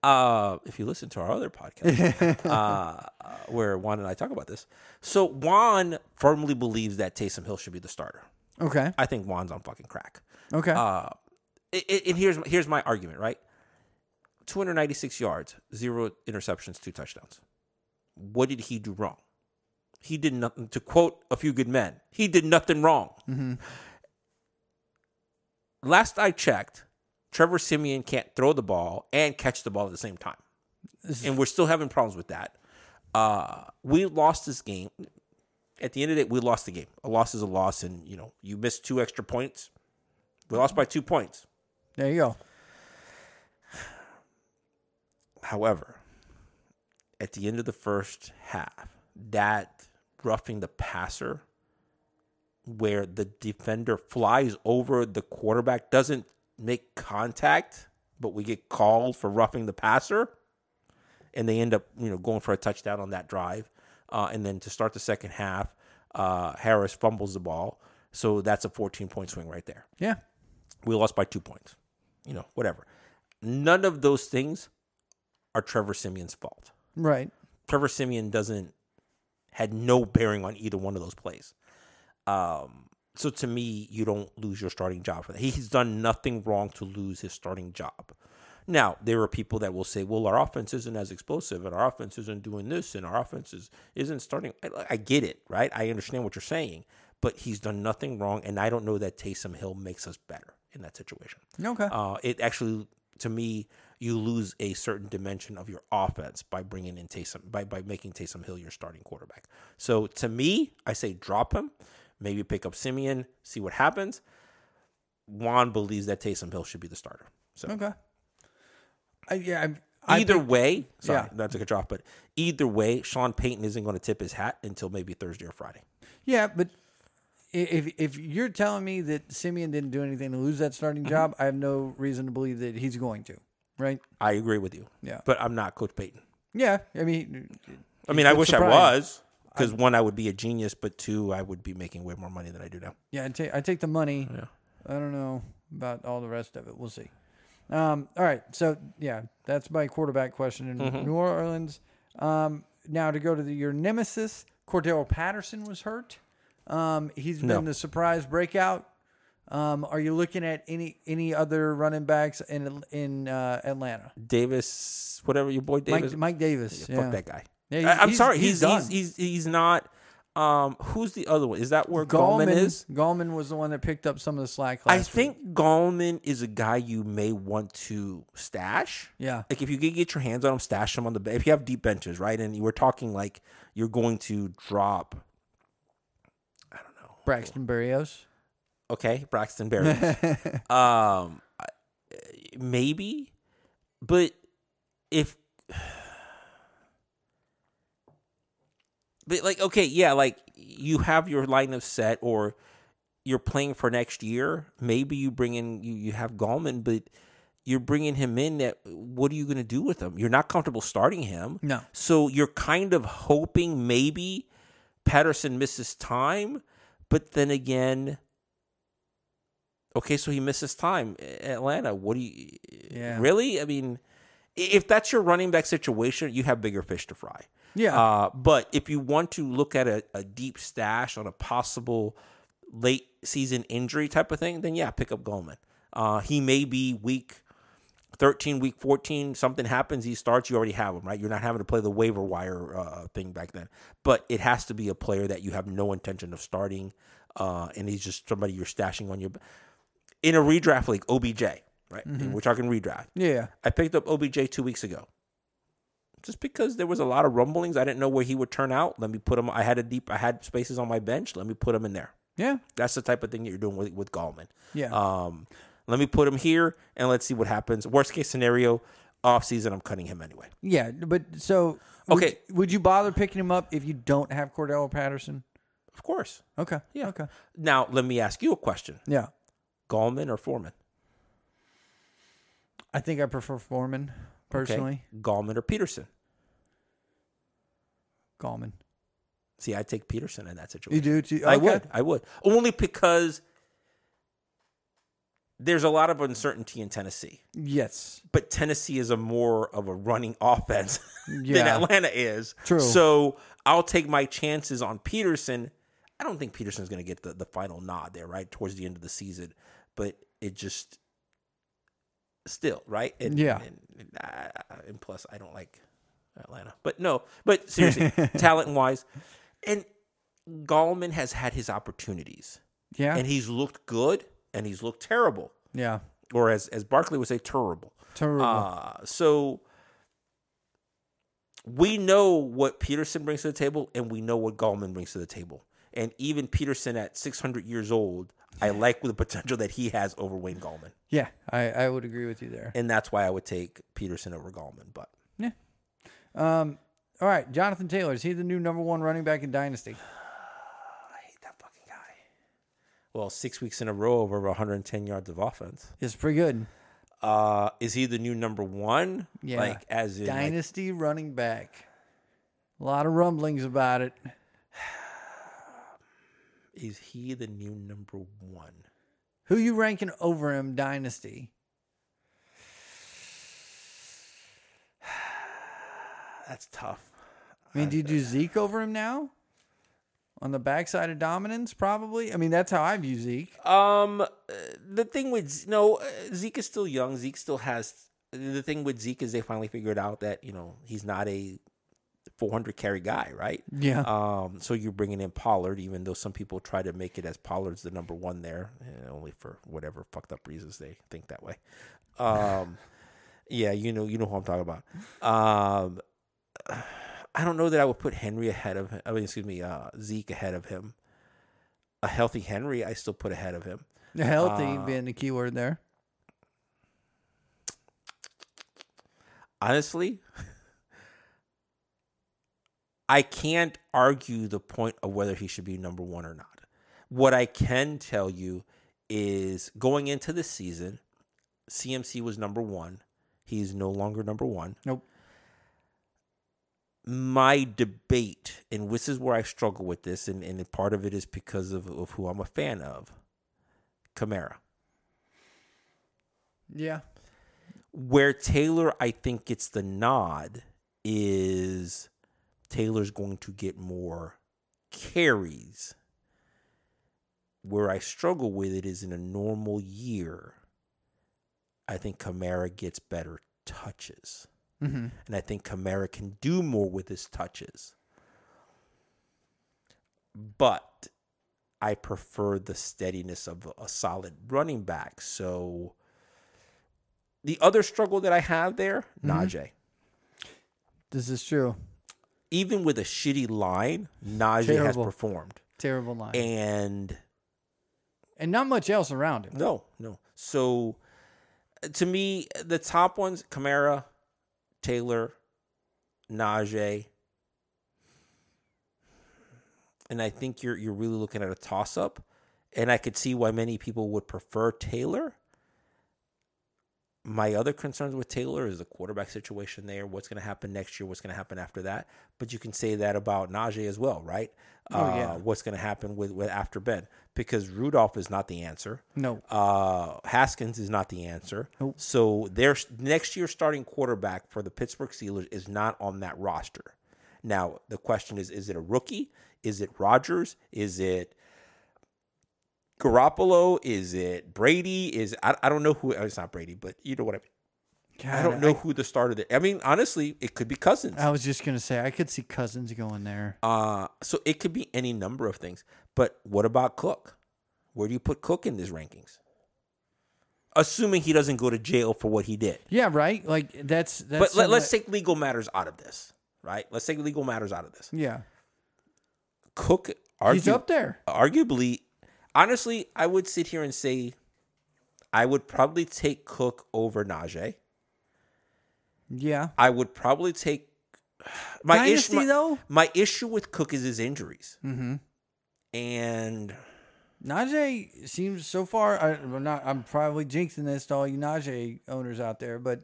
[SPEAKER 8] Uh, if you listen to our other podcast, uh, where Juan and I talk about this, so Juan firmly believes that Taysom Hill should be the starter.
[SPEAKER 7] okay
[SPEAKER 8] I think Juan's on fucking crack.
[SPEAKER 7] okay
[SPEAKER 8] Uh, it, it, and here's here's my argument, right? 296 yards, zero interceptions, two touchdowns. What did he do wrong? He did nothing. To quote a few good men, he did nothing wrong. Last I checked, Trevor Simeon can't throw the ball and catch the ball at the same time, and we're still having problems with that. Uh, we lost this game. At the end of the day, we lost the game. A loss is a loss, and you know you missed two extra points. We lost by two points.
[SPEAKER 7] there you go
[SPEAKER 8] However, at the end of the first half, that roughing the passer where the defender flies over the quarterback doesn't make contact, but we get called for roughing the passer and they end up, you know, going for a touchdown on that drive. Uh, and then to start the second half, uh, Harris fumbles the ball. So that's a 14 point swing right there.
[SPEAKER 7] yeah
[SPEAKER 8] We lost by two points. You know, whatever. None of those things are Trevor Simeon's fault.
[SPEAKER 7] right
[SPEAKER 8] Trevor Simeon doesn't had no bearing on either one of those plays. Um, so to me, you don't lose your starting job for that. He's done nothing wrong to lose his starting job. Now there are people that will say, "Well, our offense isn't as explosive, and our offense isn't doing this, and our offense is, isn't starting." I, I get it, right? I understand what you're saying, but he's done nothing wrong, and I don't know that Taysom Hill makes us better in that situation.
[SPEAKER 7] okay
[SPEAKER 8] Uh, it actually, to me, you lose a certain dimension of your offense by bringing in Taysom by by making Taysom Hill your starting quarterback. So to me, I say drop him, maybe pick up Simeon, see what happens. Juan believes that Taysom Hill should be the starter. So
[SPEAKER 7] okay I, yeah I'm- Hmm. I,
[SPEAKER 8] either way, sorry,
[SPEAKER 7] Yeah.
[SPEAKER 8] not to cut you off, but either way, Sean Payton isn't going to tip his hat until maybe Thursday or Friday.
[SPEAKER 7] Yeah, but i- if if you're telling me that Simeon didn't do anything to lose that starting job, I have no reason to believe that he's going to. Right?
[SPEAKER 8] I agree with you.
[SPEAKER 7] Yeah.
[SPEAKER 8] but I'm not Coach Payton.
[SPEAKER 7] Yeah. I mean,
[SPEAKER 8] I mean, I
[SPEAKER 7] would
[SPEAKER 8] wish I
[SPEAKER 7] surprise me.
[SPEAKER 8] was because one, I would be a genius, but two, I would be making way more money than I do now.
[SPEAKER 7] yeah, I take I take the money. I don't know about all the rest of it. We'll see. Um, all right. So, yeah, that's my quarterback question in
[SPEAKER 8] Mm-hmm.
[SPEAKER 7] New Orleans. Um, now, to go to the, your nemesis, Cordero Patterson was hurt. Um, he's been
[SPEAKER 8] No.
[SPEAKER 7] the surprise breakout. Um, are you looking at any any other running backs in in uh, Atlanta?
[SPEAKER 8] Davis, whatever your boy Davis.
[SPEAKER 7] Mike, Mike Davis. Yeah,
[SPEAKER 8] Fuck that guy.
[SPEAKER 7] Yeah, he-
[SPEAKER 8] I, am
[SPEAKER 7] he's-
[SPEAKER 8] sorry.
[SPEAKER 7] he's
[SPEAKER 8] He's
[SPEAKER 7] done.
[SPEAKER 8] he's, he's he's not. Um, who's the other one? Is that where Gallman, is?
[SPEAKER 7] Gallman was the one that picked up some of the slack.
[SPEAKER 8] I
[SPEAKER 7] Last
[SPEAKER 8] think Gallman is a guy you may want to stash.
[SPEAKER 7] Yeah.
[SPEAKER 8] Like if you could get your hands on him, stash him on the bench. If you have deep benches, right? And you were talking like you're going to drop
[SPEAKER 7] week. Braxton Berrios.
[SPEAKER 8] okay, Braxton Berrios. um, I- maybe, but if, [sighs] but like, okay, yeah, like you have your lineup set, or you're playing for next year. Maybe you bring in you you have Gallman, but you're bringing him in. That what are you going to do with him? You're not comfortable starting him.
[SPEAKER 7] No.
[SPEAKER 8] So you're kind of hoping maybe Patterson misses time, but then again, okay, so he misses time. Atlanta, what do you
[SPEAKER 7] Yeah.
[SPEAKER 8] really? I mean, i- if that's your running back situation, you have bigger fish to fry.
[SPEAKER 7] Yeah.
[SPEAKER 8] Uh, but if you want to look at a, a deep stash on a possible late season injury type of thing, then yeah, pick up Goldman. Uh, he may be week 13, week 14, something happens, he starts, you already have him, right? You're not having to play the waiver wire uh, thing back then. But it has to be a player that you have no intention of starting, uh, and he's just somebody you're stashing on your. In a redraft league, OBJ, right? And we're talking redraft.
[SPEAKER 7] yeah.
[SPEAKER 8] I picked up OBJ two weeks ago. Just because there was a lot of rumblings, I didn't know where he would turn out. Let me put him. I had a deep. I had spaces on my bench. Let me put him in there.
[SPEAKER 7] Yeah.
[SPEAKER 8] That's the type of thing that you're doing with with Gallman.
[SPEAKER 7] Yeah.
[SPEAKER 8] Um, let me put him here and let's see what happens. Worst case scenario, off season, I'm cutting him anyway.
[SPEAKER 7] Yeah, but so would-
[SPEAKER 8] Okay.
[SPEAKER 7] would, you bother picking him up if you don't have Cordell Patterson?
[SPEAKER 8] Of course.
[SPEAKER 7] Okay,
[SPEAKER 8] Yeah.
[SPEAKER 7] okay,
[SPEAKER 8] Now let me ask you a question:
[SPEAKER 7] yeah.
[SPEAKER 8] Gallman or Foreman?
[SPEAKER 7] I think I prefer Foreman
[SPEAKER 8] Okay.
[SPEAKER 7] personally.
[SPEAKER 8] Gallman or Peterson?
[SPEAKER 7] Gallman,
[SPEAKER 8] See, I take Peterson in that
[SPEAKER 7] you
[SPEAKER 8] situation.
[SPEAKER 7] do too.
[SPEAKER 8] I
[SPEAKER 7] Okay.
[SPEAKER 8] would. I would. Only because there's a lot of uncertainty in Tennessee.
[SPEAKER 7] Yes,
[SPEAKER 8] But Tennessee is a more of a running [laughs] offense than
[SPEAKER 7] Yeah.
[SPEAKER 8] Atlanta is.
[SPEAKER 7] True.
[SPEAKER 8] So I'll take my chances on Peterson. I don't think Peterson's going to get the, the final nod there, right? Towards the end of the season. But it just still, right? And,
[SPEAKER 7] Yeah.
[SPEAKER 8] And, and, I- I- and plus, I don't like Atlanta. But no, but
[SPEAKER 7] [laughs]
[SPEAKER 8] seriously, talent wise. And Gallman has had his opportunities,
[SPEAKER 7] yeah,
[SPEAKER 8] and he's looked good, and he's looked terrible,
[SPEAKER 7] yeah.
[SPEAKER 8] or as as Barkley would say, terrible.
[SPEAKER 7] Terrible.
[SPEAKER 8] Uh, so we know what Peterson brings to the table, and we know what Gallman brings to the table. And even Peterson at 600 years old, I like the potential that he has over Wayne Gallman,
[SPEAKER 7] yeah, I, I would agree with you there.
[SPEAKER 8] and that's why I would take Peterson over Gallman. But
[SPEAKER 7] Um, all right, Jonathan Taylor is he the new number one running back in dynasty?
[SPEAKER 8] I hate that fucking guy. Well, six weeks in a row of over 110 yards of offense.
[SPEAKER 7] It's pretty good.
[SPEAKER 8] Uh, is he the new number one?
[SPEAKER 7] Yeah,
[SPEAKER 8] Like as in like,
[SPEAKER 7] dynasty running back. A lot of rumblings about it.
[SPEAKER 8] is he the new number one?
[SPEAKER 7] Who you ranking over him? Dynasty.
[SPEAKER 8] That's tough.
[SPEAKER 7] I mean, do you do Zeke over him now? On the backside of dominance, probably. I mean, that's how I view Zeke.
[SPEAKER 8] Um, uh, the thing with Z- no uh, Zeke is still young. Zeke still has the thing with Zeke is they finally figured out that you know he's not a 400 carry guy, right?
[SPEAKER 7] Yeah.
[SPEAKER 8] Um, so you're bringing in Pollard, even though some people try to make it as Pollard's the number one there, eh, only for whatever fucked up reasons they think that way. Um, yeah, you know, you know who I'm talking about. Um, I don't know that I would put Henry ahead of him. I mean, excuse me, uh, Zeke ahead of him. A healthy Henry, I still put ahead of him.
[SPEAKER 7] [laughs] Healthy
[SPEAKER 8] uh,
[SPEAKER 7] being the key word there.
[SPEAKER 8] honestly, [laughs] I can't argue the point of whether he should be number one or not. What I can tell you is going into the season, CMC was number one. He is no longer number one.
[SPEAKER 7] Nope.
[SPEAKER 8] My debate, and this is where I struggle with this, and, and part of it is because of, of who I'm a fan of, Kamara.
[SPEAKER 7] Yeah.
[SPEAKER 8] Where Taylor, I think, gets the nod is Taylor's going to get more carries. Where I struggle with it is in a normal year, I think Kamara gets better touches. And I think Kamara can do more with his touches. But I prefer the steadiness of a solid running back. So the other struggle that I have there, Najee.
[SPEAKER 7] This is true.
[SPEAKER 8] Even with a shitty line, Najee has
[SPEAKER 7] Terrible.
[SPEAKER 8] performed.
[SPEAKER 7] Terrible line. And,
[SPEAKER 8] And
[SPEAKER 7] not much else around it.
[SPEAKER 8] no, no. So uh, to me, the top ones, Kamara, Taylor, Najee. And I think you're you're really looking at a toss up. And I could see why many people would prefer Taylor. My other concerns with Taylor is the quarterback situation there. What's going to happen next year? What's going to happen after that? But you can say that about Najee as well, right?
[SPEAKER 7] Oh, yeah.
[SPEAKER 8] Uh, what's going to happen with, with after Ben? Because Rudolph is not the answer.
[SPEAKER 7] No.
[SPEAKER 8] Uh, Haskins is not the answer. So their next year starting quarterback for the Pittsburgh Steelers is not on that roster. Now the question is: Is it a rookie? Is it Rodgers? Is it Garoppolo? Is it Brady? Is I, I don't know who. It's not Brady, but you know what I mean. I
[SPEAKER 7] God,
[SPEAKER 8] don't know who the starter. There. I mean, honestly, it could be Cousins.
[SPEAKER 7] I was just gonna say I could see Cousins going there.
[SPEAKER 8] Uh, so it could be any number of things. But what about Cook? Where do you put Cook in these rankings? Assuming he doesn't go to jail for what he did.
[SPEAKER 7] yeah, right. Like that's that's.
[SPEAKER 8] but let,
[SPEAKER 7] something
[SPEAKER 8] let's
[SPEAKER 7] that-
[SPEAKER 8] take legal matters out of this, right? Let's take legal matters out of this.
[SPEAKER 7] Yeah,
[SPEAKER 8] Cook
[SPEAKER 7] he's
[SPEAKER 8] argu-
[SPEAKER 7] up there.
[SPEAKER 8] arguably, honestly, I would sit here and say I would probably take Cook over Najee.
[SPEAKER 7] Yeah,
[SPEAKER 8] I would probably take my
[SPEAKER 7] Dynasty,
[SPEAKER 8] issue. My,
[SPEAKER 7] though?
[SPEAKER 8] my issue with Cook is his injuries, mm-hmm. and
[SPEAKER 7] Najee seems so far. I, I'm not. I'm probably jinxing this to all you Najee owners out there, but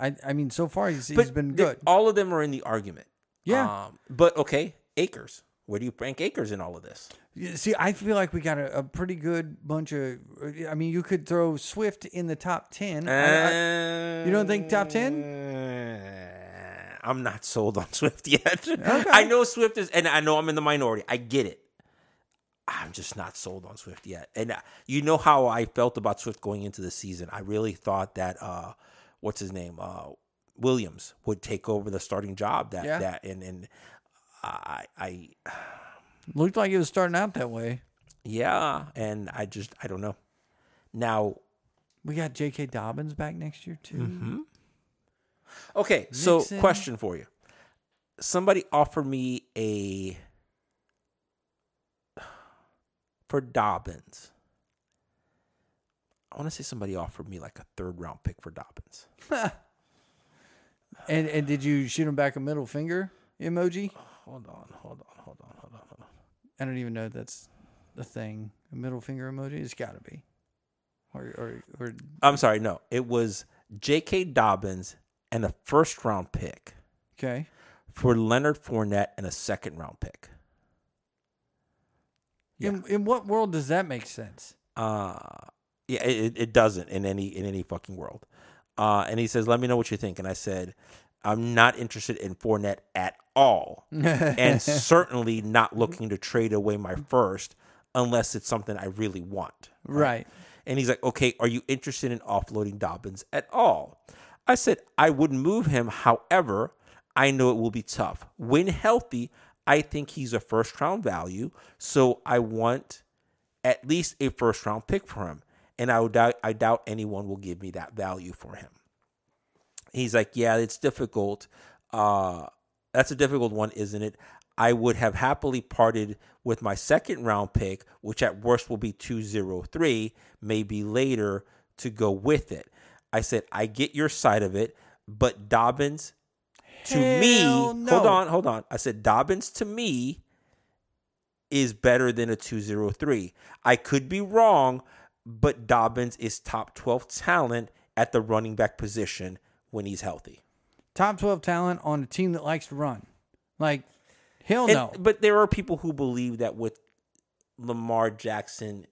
[SPEAKER 7] I. I mean, so far he's, he's
[SPEAKER 8] But
[SPEAKER 7] been
[SPEAKER 8] the-
[SPEAKER 7] good.
[SPEAKER 8] all of them are in the argument.
[SPEAKER 7] Yeah.
[SPEAKER 8] Um, but okay, Acres. Where do you rank Acres in all of this?
[SPEAKER 7] Yeah, See, I feel like we got a, a pretty good bunch of. I mean, you could throw Swift in the top ten. I- I- you don't think top
[SPEAKER 8] 10? Uh, I'm not sold on [laughs] Swift yet. I know Swift is, and I know I'm in the minority. I get it. I'm just not sold on Swift yet. And uh, you know how I felt about Swift going into the season. I really thought that, uh, what's his name? Uh, Williams would take over the starting job that,
[SPEAKER 7] Yeah.
[SPEAKER 8] that, and, and I, I,
[SPEAKER 7] looked like it was starting out that way.
[SPEAKER 8] Yeah, and I just I don't know. Now,
[SPEAKER 7] We got J.K. Dobbins back next year too.
[SPEAKER 8] okay, so
[SPEAKER 7] Mixon.
[SPEAKER 8] question for you. Somebody offered me a for Dobbins. I want to say somebody offered me like a third round pick for Dobbins.
[SPEAKER 7] And and did you shoot him back a middle finger emoji?
[SPEAKER 8] Hold on, hold on, hold on, hold on, hold on.
[SPEAKER 7] I don't even know if that's the thing. A middle finger emoji. It's got to be. Or or or
[SPEAKER 8] I'm sorry, no. It was J.K. Dobbins and a first round pick
[SPEAKER 7] okay.
[SPEAKER 8] for Leonard Fournette and a second round pick.
[SPEAKER 7] In in what world does that make sense?
[SPEAKER 8] uh yeah it, it- it doesn't in any in any fucking world uh and he says let me know what you think and i said i'm not interested in Fournette at all and certainly not looking to trade away my first unless it's something i really want
[SPEAKER 7] Right.
[SPEAKER 8] and he's like, okay, are you interested in offloading Dobbins at all? I said, I would move him. However, I know it will be tough. When healthy, I think he's a first round value. So I want at least a first round pick for him. And I, would doubt, I doubt anyone will give me that value for him. He's like, yeah, it's difficult. Uh, that's a difficult one, isn't it? I would have happily parted with my second round pick, which at worst will be 203, maybe later to go with it. I said, I get your side of it, but Dobbins to me,
[SPEAKER 7] Hell no.
[SPEAKER 8] hold on, hold on. I said, Dobbins to me is better than a 203. I could be wrong, but Dobbins is top 12 talent at the running back position when he's healthy.
[SPEAKER 7] Top twelve talent on a team that likes to run. Like hell
[SPEAKER 8] And-
[SPEAKER 7] no.
[SPEAKER 8] But there are people who believe that with Lamar Jackson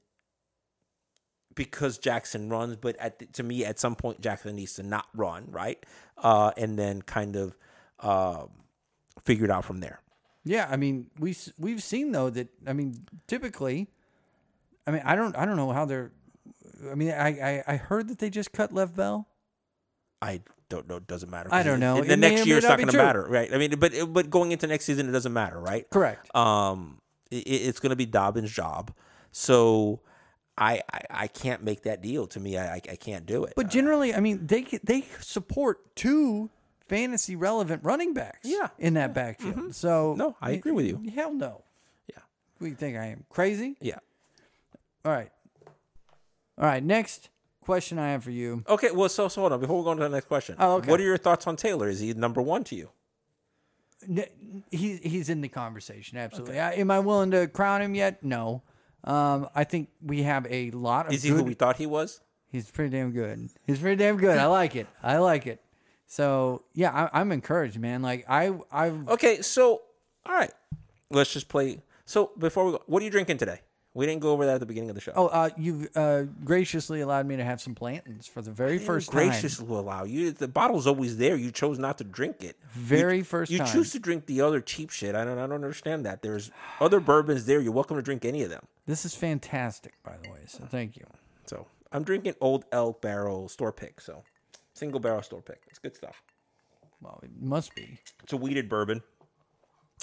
[SPEAKER 8] because Jackson runs, but at the, to me, at some point, Jackson needs to not run, right? Uh, and then kind of um figure it out from there.
[SPEAKER 7] Yeah, I mean, we s- we've seen though that I mean, typically, I mean, I don't I don't know how they're. I mean, I I, I heard that they just cut Lev Bell.
[SPEAKER 8] I don't know. It doesn't matter.
[SPEAKER 7] I don't know.
[SPEAKER 8] The
[SPEAKER 7] It may or
[SPEAKER 8] next
[SPEAKER 7] may
[SPEAKER 8] year, it's not
[SPEAKER 7] not be
[SPEAKER 8] going to
[SPEAKER 7] true.
[SPEAKER 8] matter, right? I mean, but but going into next season, it doesn't matter, right?
[SPEAKER 7] Correct.
[SPEAKER 8] Um, it, it's going to be Dobbins' job. So I, I I can't make that deal. To me, I I, I can't do it.
[SPEAKER 7] But generally, I mean, they c- they support two fantasy relevant running backs.
[SPEAKER 8] Yeah, Mm-hmm.
[SPEAKER 7] in that backfield. So
[SPEAKER 8] No, I agree with you.
[SPEAKER 7] Hell no.
[SPEAKER 8] Yeah.
[SPEAKER 7] What do you think I am crazy?
[SPEAKER 8] yeah.
[SPEAKER 7] All right. All right. Next question I have for you.
[SPEAKER 8] Okay. Well, so so hold on. Before we go on to the next question,
[SPEAKER 7] Oh, okay.
[SPEAKER 8] what are your thoughts on Taylor? Is he number one to you?
[SPEAKER 7] N- He's he's in the conversation. Absolutely. I, am I willing to crown him yet? No. Um, I think we have a lot of.
[SPEAKER 8] Is he
[SPEAKER 7] good,
[SPEAKER 8] who we thought he was?
[SPEAKER 7] He's pretty damn good. He's pretty damn good. I like it. I like it. So yeah, I, I'm encouraged, man. Like I I
[SPEAKER 8] Okay. So all right, let's just play. So before we go, what are you drinking today? We didn't go over that at the beginning of the show.
[SPEAKER 7] Oh, uh, you've uh, graciously allowed me to have some plantains for the very first time.
[SPEAKER 8] gracious will allow you. The bottle's always there. You chose not to drink it.
[SPEAKER 7] Very
[SPEAKER 8] you,
[SPEAKER 7] first
[SPEAKER 8] you
[SPEAKER 7] time.
[SPEAKER 8] choose to drink the other cheap shit. I don't. I don't understand that. There's other bourbons there. You're welcome to drink any of them.
[SPEAKER 7] This is fantastic, by the way. So thank you.
[SPEAKER 8] So I'm drinking Old elk Barrel Store Pick. So single barrel store pick. It's good stuff.
[SPEAKER 7] Well, it must be.
[SPEAKER 8] It's a weeded bourbon.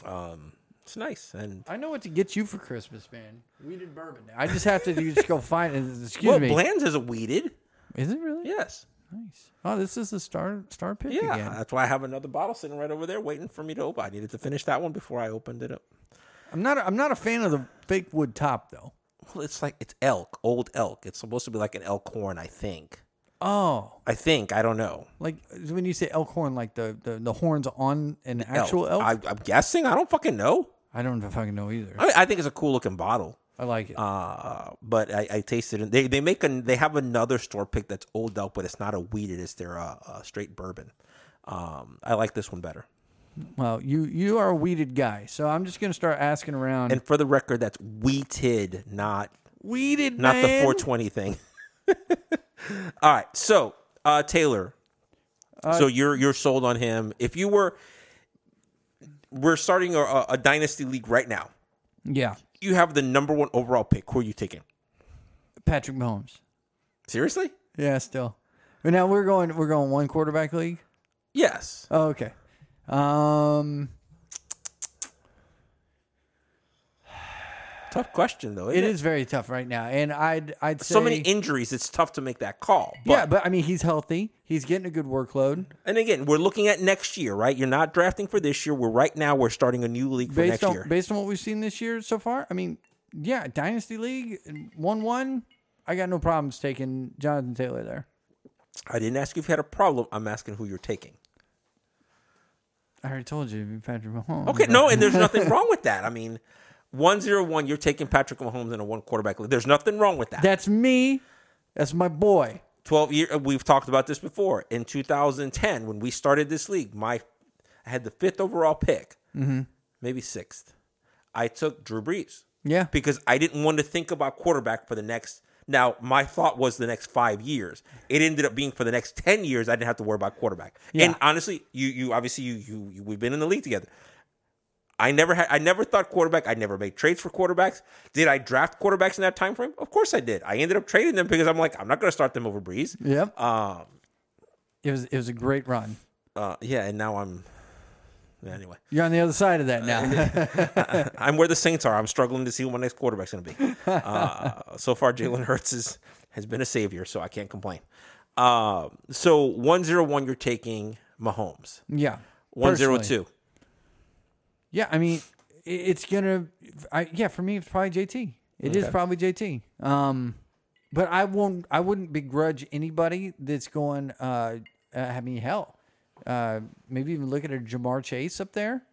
[SPEAKER 8] Um, it's nice and
[SPEAKER 7] I know what to get you for Christmas, man. Weeded bourbon. I just have to you just go find
[SPEAKER 8] [laughs]
[SPEAKER 7] it. Excuse
[SPEAKER 8] well,
[SPEAKER 7] me.
[SPEAKER 8] Bland's is a weeded.
[SPEAKER 7] is it really?
[SPEAKER 8] Yes.
[SPEAKER 7] Nice. Oh, this is the star star pick
[SPEAKER 8] Yeah,
[SPEAKER 7] again.
[SPEAKER 8] that's why I have another bottle sitting right over there waiting for me to open. I needed to finish that one before I opened it up.
[SPEAKER 7] I'm not. A, I'm not a fan of the fake wood top though.
[SPEAKER 8] Well, it's like it's elk, old elk. It's supposed to be like an elk horn, I think.
[SPEAKER 7] Oh,
[SPEAKER 8] I think I don't know.
[SPEAKER 7] like when you say elk horn, like the the, the horns on an actual elk.
[SPEAKER 8] I, I'm guessing. I don't fucking know.
[SPEAKER 7] I, don't fucking know either.
[SPEAKER 8] I, mean, I think it's a cool looking bottle.
[SPEAKER 7] I like it.
[SPEAKER 8] Uh, but I, I tasted it. They they make an they have another store pick that's old elk, but it's not a weeded. It's their uh, uh, straight bourbon. Um, I like this one better.
[SPEAKER 7] Well, you you are a weeded guy, so I'm just gonna start asking around.
[SPEAKER 8] And for the record, that's wheated, not
[SPEAKER 7] weeded,
[SPEAKER 8] not the 420 thing. [laughs] All right, so uh, Taylor, so you're you're sold on him. If you were, we're starting a- a, a dynasty league right now.
[SPEAKER 7] Yeah,
[SPEAKER 8] You have the number one overall pick. Who are you taking?
[SPEAKER 7] Patrick Mahomes.
[SPEAKER 8] Seriously?
[SPEAKER 7] Yeah, still. But now we're going we're going one quarterback league.
[SPEAKER 8] Yes.
[SPEAKER 7] Oh, okay. Um,
[SPEAKER 8] Tough question though.
[SPEAKER 7] it is very tough right now, and I'd I'd say
[SPEAKER 8] so many injuries. It's tough to make that call. But,
[SPEAKER 7] yeah, but I mean he's healthy. He's getting a good workload
[SPEAKER 8] and again, we're looking at next year, right? You're not drafting for this year. We're right now. We're starting a new league for
[SPEAKER 7] based
[SPEAKER 8] next
[SPEAKER 7] on
[SPEAKER 8] year.
[SPEAKER 7] based on what we've seen this year so far. I mean, yeah, dynasty league one one. I got no problems taking Jonathan Taylor there.
[SPEAKER 8] I didn't ask you if you had a problem. I'm asking who you're taking.
[SPEAKER 7] Mm-hmm. I already told you Patrick Mahomes.
[SPEAKER 8] Okay, no, and there's
[SPEAKER 7] [laughs]
[SPEAKER 8] nothing wrong with that. I mean, one zero one, you're taking Patrick Mahomes in a one quarterback league. There's nothing wrong with that.
[SPEAKER 7] That's me. That's my boy.
[SPEAKER 8] Twelve year, uh, we've talked about this before. In 2010, when we started this league, my I had the fifth overall pick, maybe sixth. I took Drew Brees
[SPEAKER 7] Yeah.
[SPEAKER 8] because I didn't want to think about quarterback for the next. Now, my thought was the next five years. It ended up being for the next ten years. I didn't have to worry about quarterback. And honestly, you you obviously you, you you we've been in the league together. I never had I never thought quarterback. I never made trades for quarterbacks. Did I draft quarterbacks in that time frame? Of course I did. I ended up trading them because I'm like I'm not going to start them over Breeze.
[SPEAKER 7] Yep.
[SPEAKER 8] Um.
[SPEAKER 7] It was it was a great run.
[SPEAKER 8] Uh. Yeah. And now I'm. yeah, Anyway,
[SPEAKER 7] You're on the other side of that now.
[SPEAKER 8] I'm where the Saints are. I'm struggling to see who my next quarterback's going to
[SPEAKER 7] [laughs]
[SPEAKER 8] be. Uh, so far, Jalen Hurts is, has been a savior, so I can't complain. Um. so 101, you're taking Mahomes.
[SPEAKER 7] [laughs] yeah.
[SPEAKER 8] 102.
[SPEAKER 7] Personally. Yeah, I mean, i- it's gonna. I yeah, for me, it's probably JT. It is probably JT. Um, but I won't. I wouldn't begrudge anybody that's going. Uh, uh I mean, hell, uh, maybe even look at a Jamar Chase up there.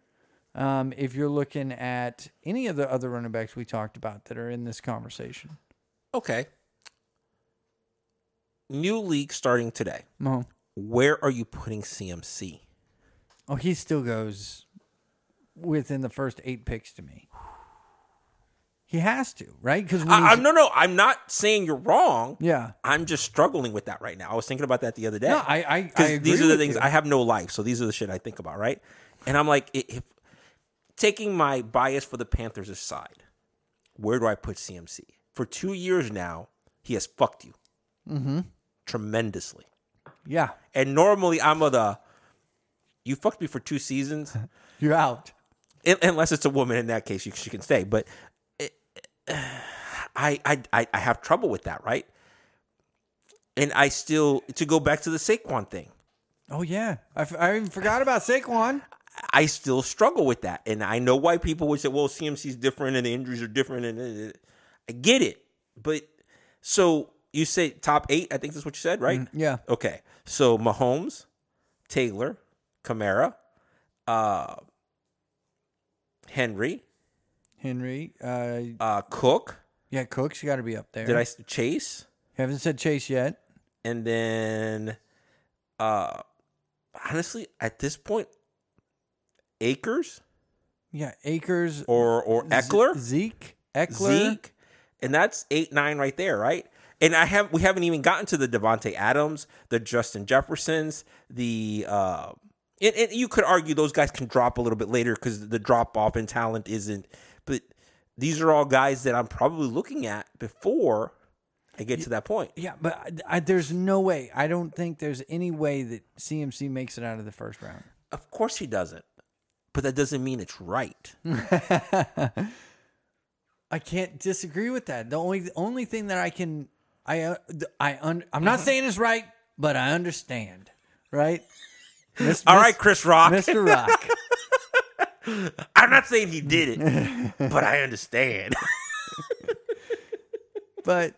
[SPEAKER 7] Um, if you're looking at any of the other running backs we talked about that are in this conversation,
[SPEAKER 8] Okay. New league starting today.
[SPEAKER 7] oh,
[SPEAKER 8] Where are you putting CMC?
[SPEAKER 7] oh, he still goes within the first eight picks to me. He has to, right? Because
[SPEAKER 8] I, I'm, no, no, I'm not saying you're wrong.
[SPEAKER 7] Yeah.
[SPEAKER 8] I'm just struggling with that right now. I was thinking about that the other day.
[SPEAKER 7] No, I- I- I
[SPEAKER 8] 'Cause
[SPEAKER 7] agree
[SPEAKER 8] these are the
[SPEAKER 7] with
[SPEAKER 8] things
[SPEAKER 7] you.
[SPEAKER 8] I have no life, so these are the shit I think about, right? And I'm like, i- if taking my bias for the Panthers aside, where do I put CMC? For two years now, he has fucked you
[SPEAKER 7] Mm-hmm.
[SPEAKER 8] tremendously.
[SPEAKER 7] yeah,
[SPEAKER 8] And normally, I'm of the you fucked me for two
[SPEAKER 7] [laughs]
[SPEAKER 8] seasons.
[SPEAKER 7] you're out.
[SPEAKER 8] Un- unless it's a woman in that case you, she can stay but it, uh, I, I I- i have trouble with that right and i still to go back to the saquon thing
[SPEAKER 7] Oh yeah, I, f- I even forgot about Saquon.
[SPEAKER 8] i still struggle with that and i know why people would say well cmc's different and the injuries are different and uh, i get it but so you say top eight i think that's what you said right
[SPEAKER 7] Mm, yeah.
[SPEAKER 8] okay so mahomes taylor Kamara, uh henry
[SPEAKER 7] Henry, uh,
[SPEAKER 8] uh cook
[SPEAKER 7] yeah, Cooks, you got to be up there.
[SPEAKER 8] Did I s- chase?
[SPEAKER 7] haven't said Chase yet?
[SPEAKER 8] And then, uh, honestly, at this point, Akers
[SPEAKER 7] Yeah, Akers,
[SPEAKER 8] or or Eckler,
[SPEAKER 7] Zeke, Eckler.
[SPEAKER 8] Zeke, and that's eight nine right there, right? And I have we haven't even gotten to the Devonte Adams, the Justin Jeffersons, the uh, and, and you could argue those guys can drop a little bit later because the drop off in talent isn't. But these are all guys that I'm probably looking at before I get to that point.
[SPEAKER 7] Yeah, but I, I, there's no way. I don't think there's any way that CMC makes it out of the first round.
[SPEAKER 8] Of course he doesn't. But that doesn't mean it's right.
[SPEAKER 7] I can't disagree with that. The only the only thing that I can I uh, th- I un, I'm not saying it's right, but I understand, right? Miss-
[SPEAKER 8] All
[SPEAKER 7] miss-
[SPEAKER 8] right, Chris Rock. [laughs]
[SPEAKER 7] Mr. Rock.
[SPEAKER 8] I'm not saying he did it, but I understand.
[SPEAKER 7] but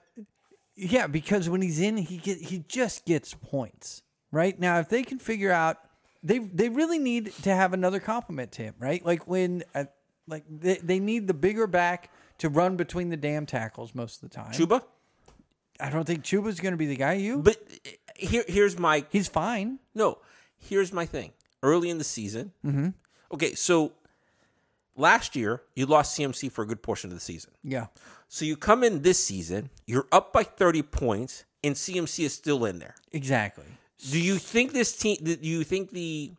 [SPEAKER 7] yeah, because when he's in, he get he just gets points. Right now, if they can figure out, they they really need to have another compliment to him. Right, like when uh, like they they need the bigger back to run between the damn tackles most of the time.
[SPEAKER 8] Chuba?
[SPEAKER 7] I don't think Chuba's going to be the guy. You,
[SPEAKER 8] But here here's my
[SPEAKER 7] he's fine.
[SPEAKER 8] No, here's my thing. Early in the season.
[SPEAKER 7] Mm-hmm.
[SPEAKER 8] Okay, so last year you lost CMC for a good portion of the season.
[SPEAKER 7] Yeah,
[SPEAKER 8] So you come in this season, you're up by 30 points and CMC is still in there.
[SPEAKER 7] exactly.
[SPEAKER 8] Do you think this team? Do you think the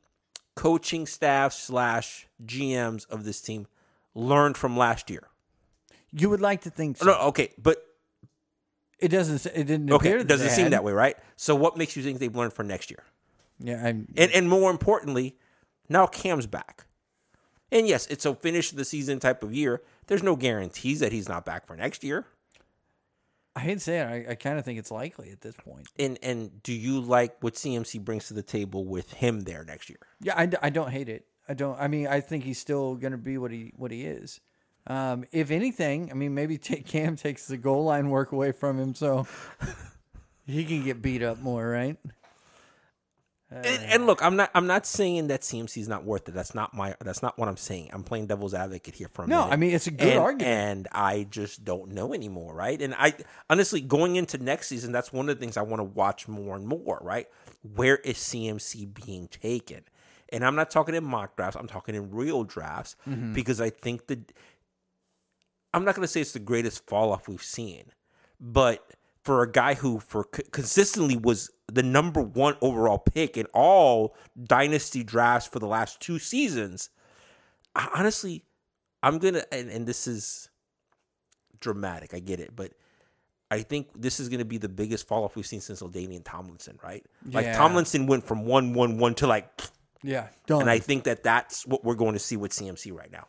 [SPEAKER 8] coaching staff slash GMs of this team learned from last year?
[SPEAKER 7] You would like to think so.
[SPEAKER 8] No, okay, but
[SPEAKER 7] It doesn't. s- It didn't.
[SPEAKER 8] okay,
[SPEAKER 7] appear
[SPEAKER 8] it doesn't
[SPEAKER 7] they
[SPEAKER 8] seem
[SPEAKER 7] had.
[SPEAKER 8] that way, right? So, what makes you think they've learned for next year?
[SPEAKER 7] Yeah, I'm,
[SPEAKER 8] And and more importantly, now Cam's back, and yes, it's a finish of the season type of year. There's no guarantees that he's not back for next year.
[SPEAKER 7] I hate to say it. I, I kind of think it's likely at this point.
[SPEAKER 8] And and do you like what CMC brings to the table with him there next year?
[SPEAKER 7] Yeah, I, d- I don't hate it. I don't. I mean, I think he's still going to be what he what he is. Um, if anything, I mean, maybe [laughs] take, Cam takes the goal line work away from him, so [laughs] he can get beat up more, right?
[SPEAKER 8] and, and look, I'm not I'm not saying that CMC is not worth it. That's not my that's not what I'm saying. I'm playing devil's advocate here for a
[SPEAKER 7] No,
[SPEAKER 8] minute.
[SPEAKER 7] I mean, it's a good
[SPEAKER 8] And-
[SPEAKER 7] argument.
[SPEAKER 8] and I just don't know anymore, right? And I honestly going into next season, that's one of the things I want to watch more and more, right? Where is CMC being taken? And I'm not talking in mock drafts. I'm talking in real drafts
[SPEAKER 7] Mm-hmm.
[SPEAKER 8] because I think that I'm not going to say it's the greatest fall off we've seen, but for a guy who for co- consistently was the number one overall pick in all dynasty drafts for the last two seasons, I, honestly, I'm gonna and, and this is dramatic. I get it, but I think this is gonna be the biggest fall off we've seen since O'Danian Tomlinson, right? Like
[SPEAKER 7] Yeah.
[SPEAKER 8] Tomlinson went from one one one to like,
[SPEAKER 7] Yeah, don't.
[SPEAKER 8] and I think that that's what we're going to see with CMC right now.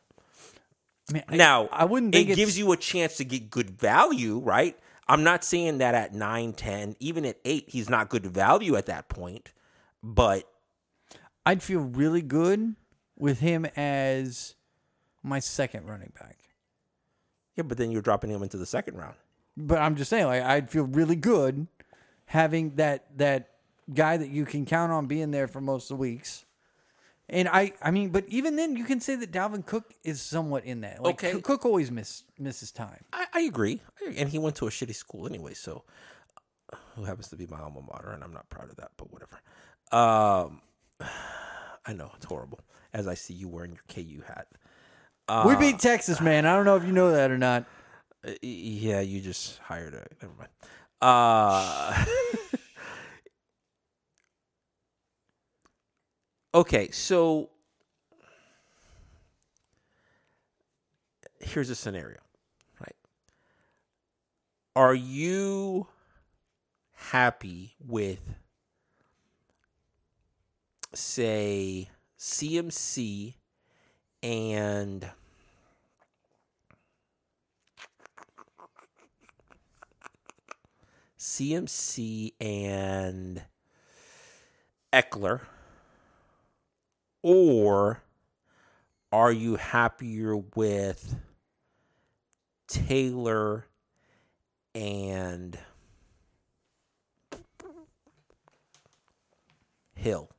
[SPEAKER 7] mean, I-
[SPEAKER 8] Now,
[SPEAKER 7] I wouldn't think
[SPEAKER 8] it
[SPEAKER 7] it's-
[SPEAKER 8] gives you a chance to get good value, right? I'm not saying that at 9, 10, even at 8, he's not good value at that point, but
[SPEAKER 7] I'd feel really good with him as my second running back.
[SPEAKER 8] yeah, but then you're dropping him into the second round.
[SPEAKER 7] But I'm just saying, like, I'd feel really good having that that guy that you can count on being there for most of the weeks. And I, I mean, but even then, you can say that Dalvin Cook is somewhat in that. Like,
[SPEAKER 8] Okay.
[SPEAKER 7] Cook- Cook always miss misses time.
[SPEAKER 8] I, I agree. I- And he went to a shitty school anyway, so who happens to be my alma mater, and I'm not proud of that, but whatever. Um, [sighs] I know it's horrible. As I see you wearing your KU hat,
[SPEAKER 7] we beat Texas, man. I don't know if you know that or not.
[SPEAKER 8] Uh, y- yeah, you just hired a. Never mind. Uh, [laughs] okay, so here's a scenario, right? Are you happy with, say, CMC and. CMC and Eckler, or are you happier with Taylor and Hill?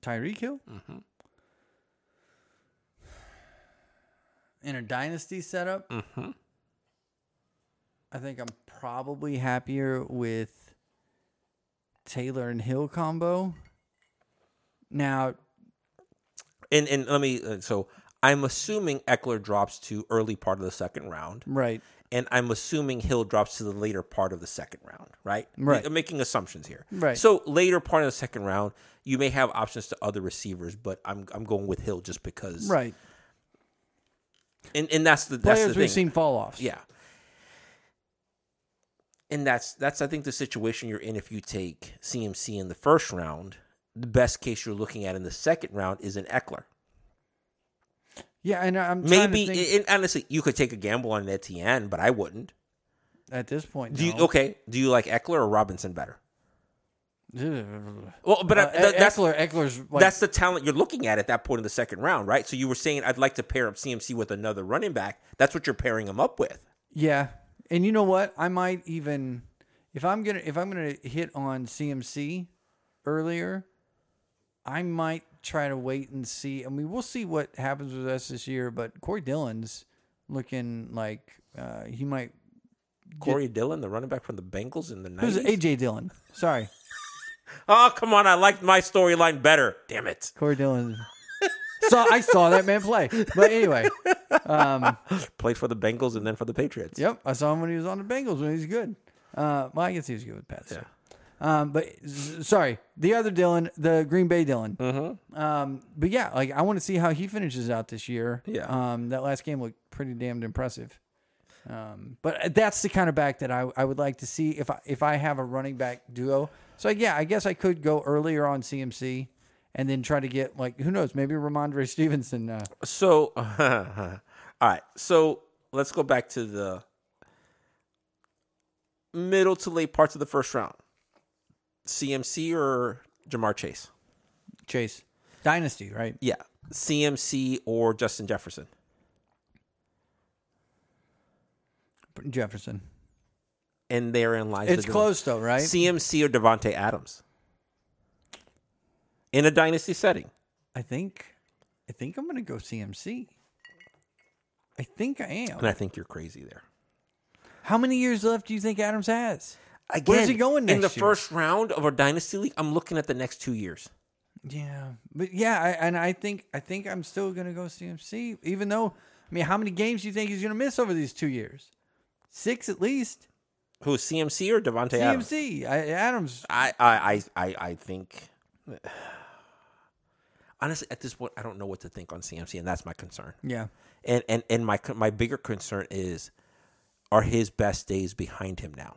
[SPEAKER 7] Tyreek Hill?
[SPEAKER 8] Mm-hmm.
[SPEAKER 7] In a dynasty setup,
[SPEAKER 8] Mm-hmm.
[SPEAKER 7] I think I'm probably happier with Taylor and Hill combo. Now,
[SPEAKER 8] And and let me uh, so I'm assuming Eckler drops to early part of the second round.
[SPEAKER 7] right.
[SPEAKER 8] and I'm assuming Hill drops to the later part of the second round, right?
[SPEAKER 7] Right.
[SPEAKER 8] I'm making assumptions here.
[SPEAKER 7] Right.
[SPEAKER 8] So later part of the second round, you may have options to other receivers, but I'm I'm going with Hill just because.
[SPEAKER 7] Right.
[SPEAKER 8] And and that's the that's
[SPEAKER 7] Players
[SPEAKER 8] the
[SPEAKER 7] we've
[SPEAKER 8] thing.
[SPEAKER 7] seen fall offs.
[SPEAKER 8] Yeah. And that's that's I think the situation you're in if you take CMC in the first round. The best case you're looking at in the second round is an Eckler.
[SPEAKER 7] Yeah, and I'm trying to
[SPEAKER 8] Maybe,
[SPEAKER 7] think
[SPEAKER 8] and honestly, you could take a gamble on Etienne, but I wouldn't.
[SPEAKER 7] at this point.
[SPEAKER 8] Do you,
[SPEAKER 7] no.
[SPEAKER 8] okay? Do you like Eckler or Robinson better?
[SPEAKER 7] Well,
[SPEAKER 8] Well,
[SPEAKER 7] Uh,
[SPEAKER 8] but I, th- that's
[SPEAKER 7] E-, Eckler, Eckler's like,
[SPEAKER 8] that's the talent you're looking at at that point in the second round, right? So you were saying I'd like to pair up CMC with another running back. That's what you're pairing him up with.
[SPEAKER 7] Yeah, and you know what? I might even if I'm gonna if I'm gonna hit on CMC earlier, I might try to wait and see. I mean, we'll see what happens with us this year. But Corey Dillon's looking like uh, he might.
[SPEAKER 8] Corey Dillon, the running back from the Bengals in the
[SPEAKER 7] Who's
[SPEAKER 8] nineties.
[SPEAKER 7] AJ Dillon? Sorry,
[SPEAKER 8] Oh come on, I liked my storyline better. Damn it.
[SPEAKER 7] Corey Dillon. [laughs] so I saw that man play. But anyway,
[SPEAKER 8] Played for the Bengals and then for the Patriots.
[SPEAKER 7] yep, I saw him when he was on the Bengals when he was good. Uh, well, I guess he was good with Pats. Yeah. Um, but s- sorry, the other Dylan, the Green Bay Dylan. Um, but yeah, like I want to see how he finishes out this year.
[SPEAKER 8] Yeah.
[SPEAKER 7] Um, that last game looked pretty damned impressive. Um, but that's the kind of back that I, I would like to see if I if I have a running back duo. So yeah, I guess I could go earlier on CMC and then try to get like who knows maybe Ramondre Stevenson. Uh,
[SPEAKER 8] So [laughs] all right. So let's go back to the middle to late parts of the first round. CMC or Jamar Chase?
[SPEAKER 7] Chase Dynasty, right?
[SPEAKER 8] Yeah. CMC or Justin Jefferson?
[SPEAKER 7] Jefferson.
[SPEAKER 8] and therein lies the
[SPEAKER 7] It's
[SPEAKER 8] dilemma.
[SPEAKER 7] close though, right?
[SPEAKER 8] CMC or Devonte Adams in a dynasty setting.
[SPEAKER 7] I think, I think I'm gonna go CMC. I think I am.
[SPEAKER 8] And I think you're crazy there.
[SPEAKER 7] How many years left do you think Adams has?
[SPEAKER 8] Again,
[SPEAKER 7] Where's he going
[SPEAKER 8] in the
[SPEAKER 7] next year?
[SPEAKER 8] first round of our dynasty league? I'm looking at the next two years.
[SPEAKER 7] Yeah, but yeah, I, and I think I think I'm still gonna go CMC, even though I mean, how many games do you think he's gonna miss over these two years? Six at least.
[SPEAKER 8] Who CMC or Devonte Adams?
[SPEAKER 7] CMC I, Adams.
[SPEAKER 8] I, I, I, I, I think. [sighs] Honestly, at this point, I don't know what to think on CMC, and that's my concern.
[SPEAKER 7] Yeah,
[SPEAKER 8] And and and my my bigger concern is, are his best days behind him now?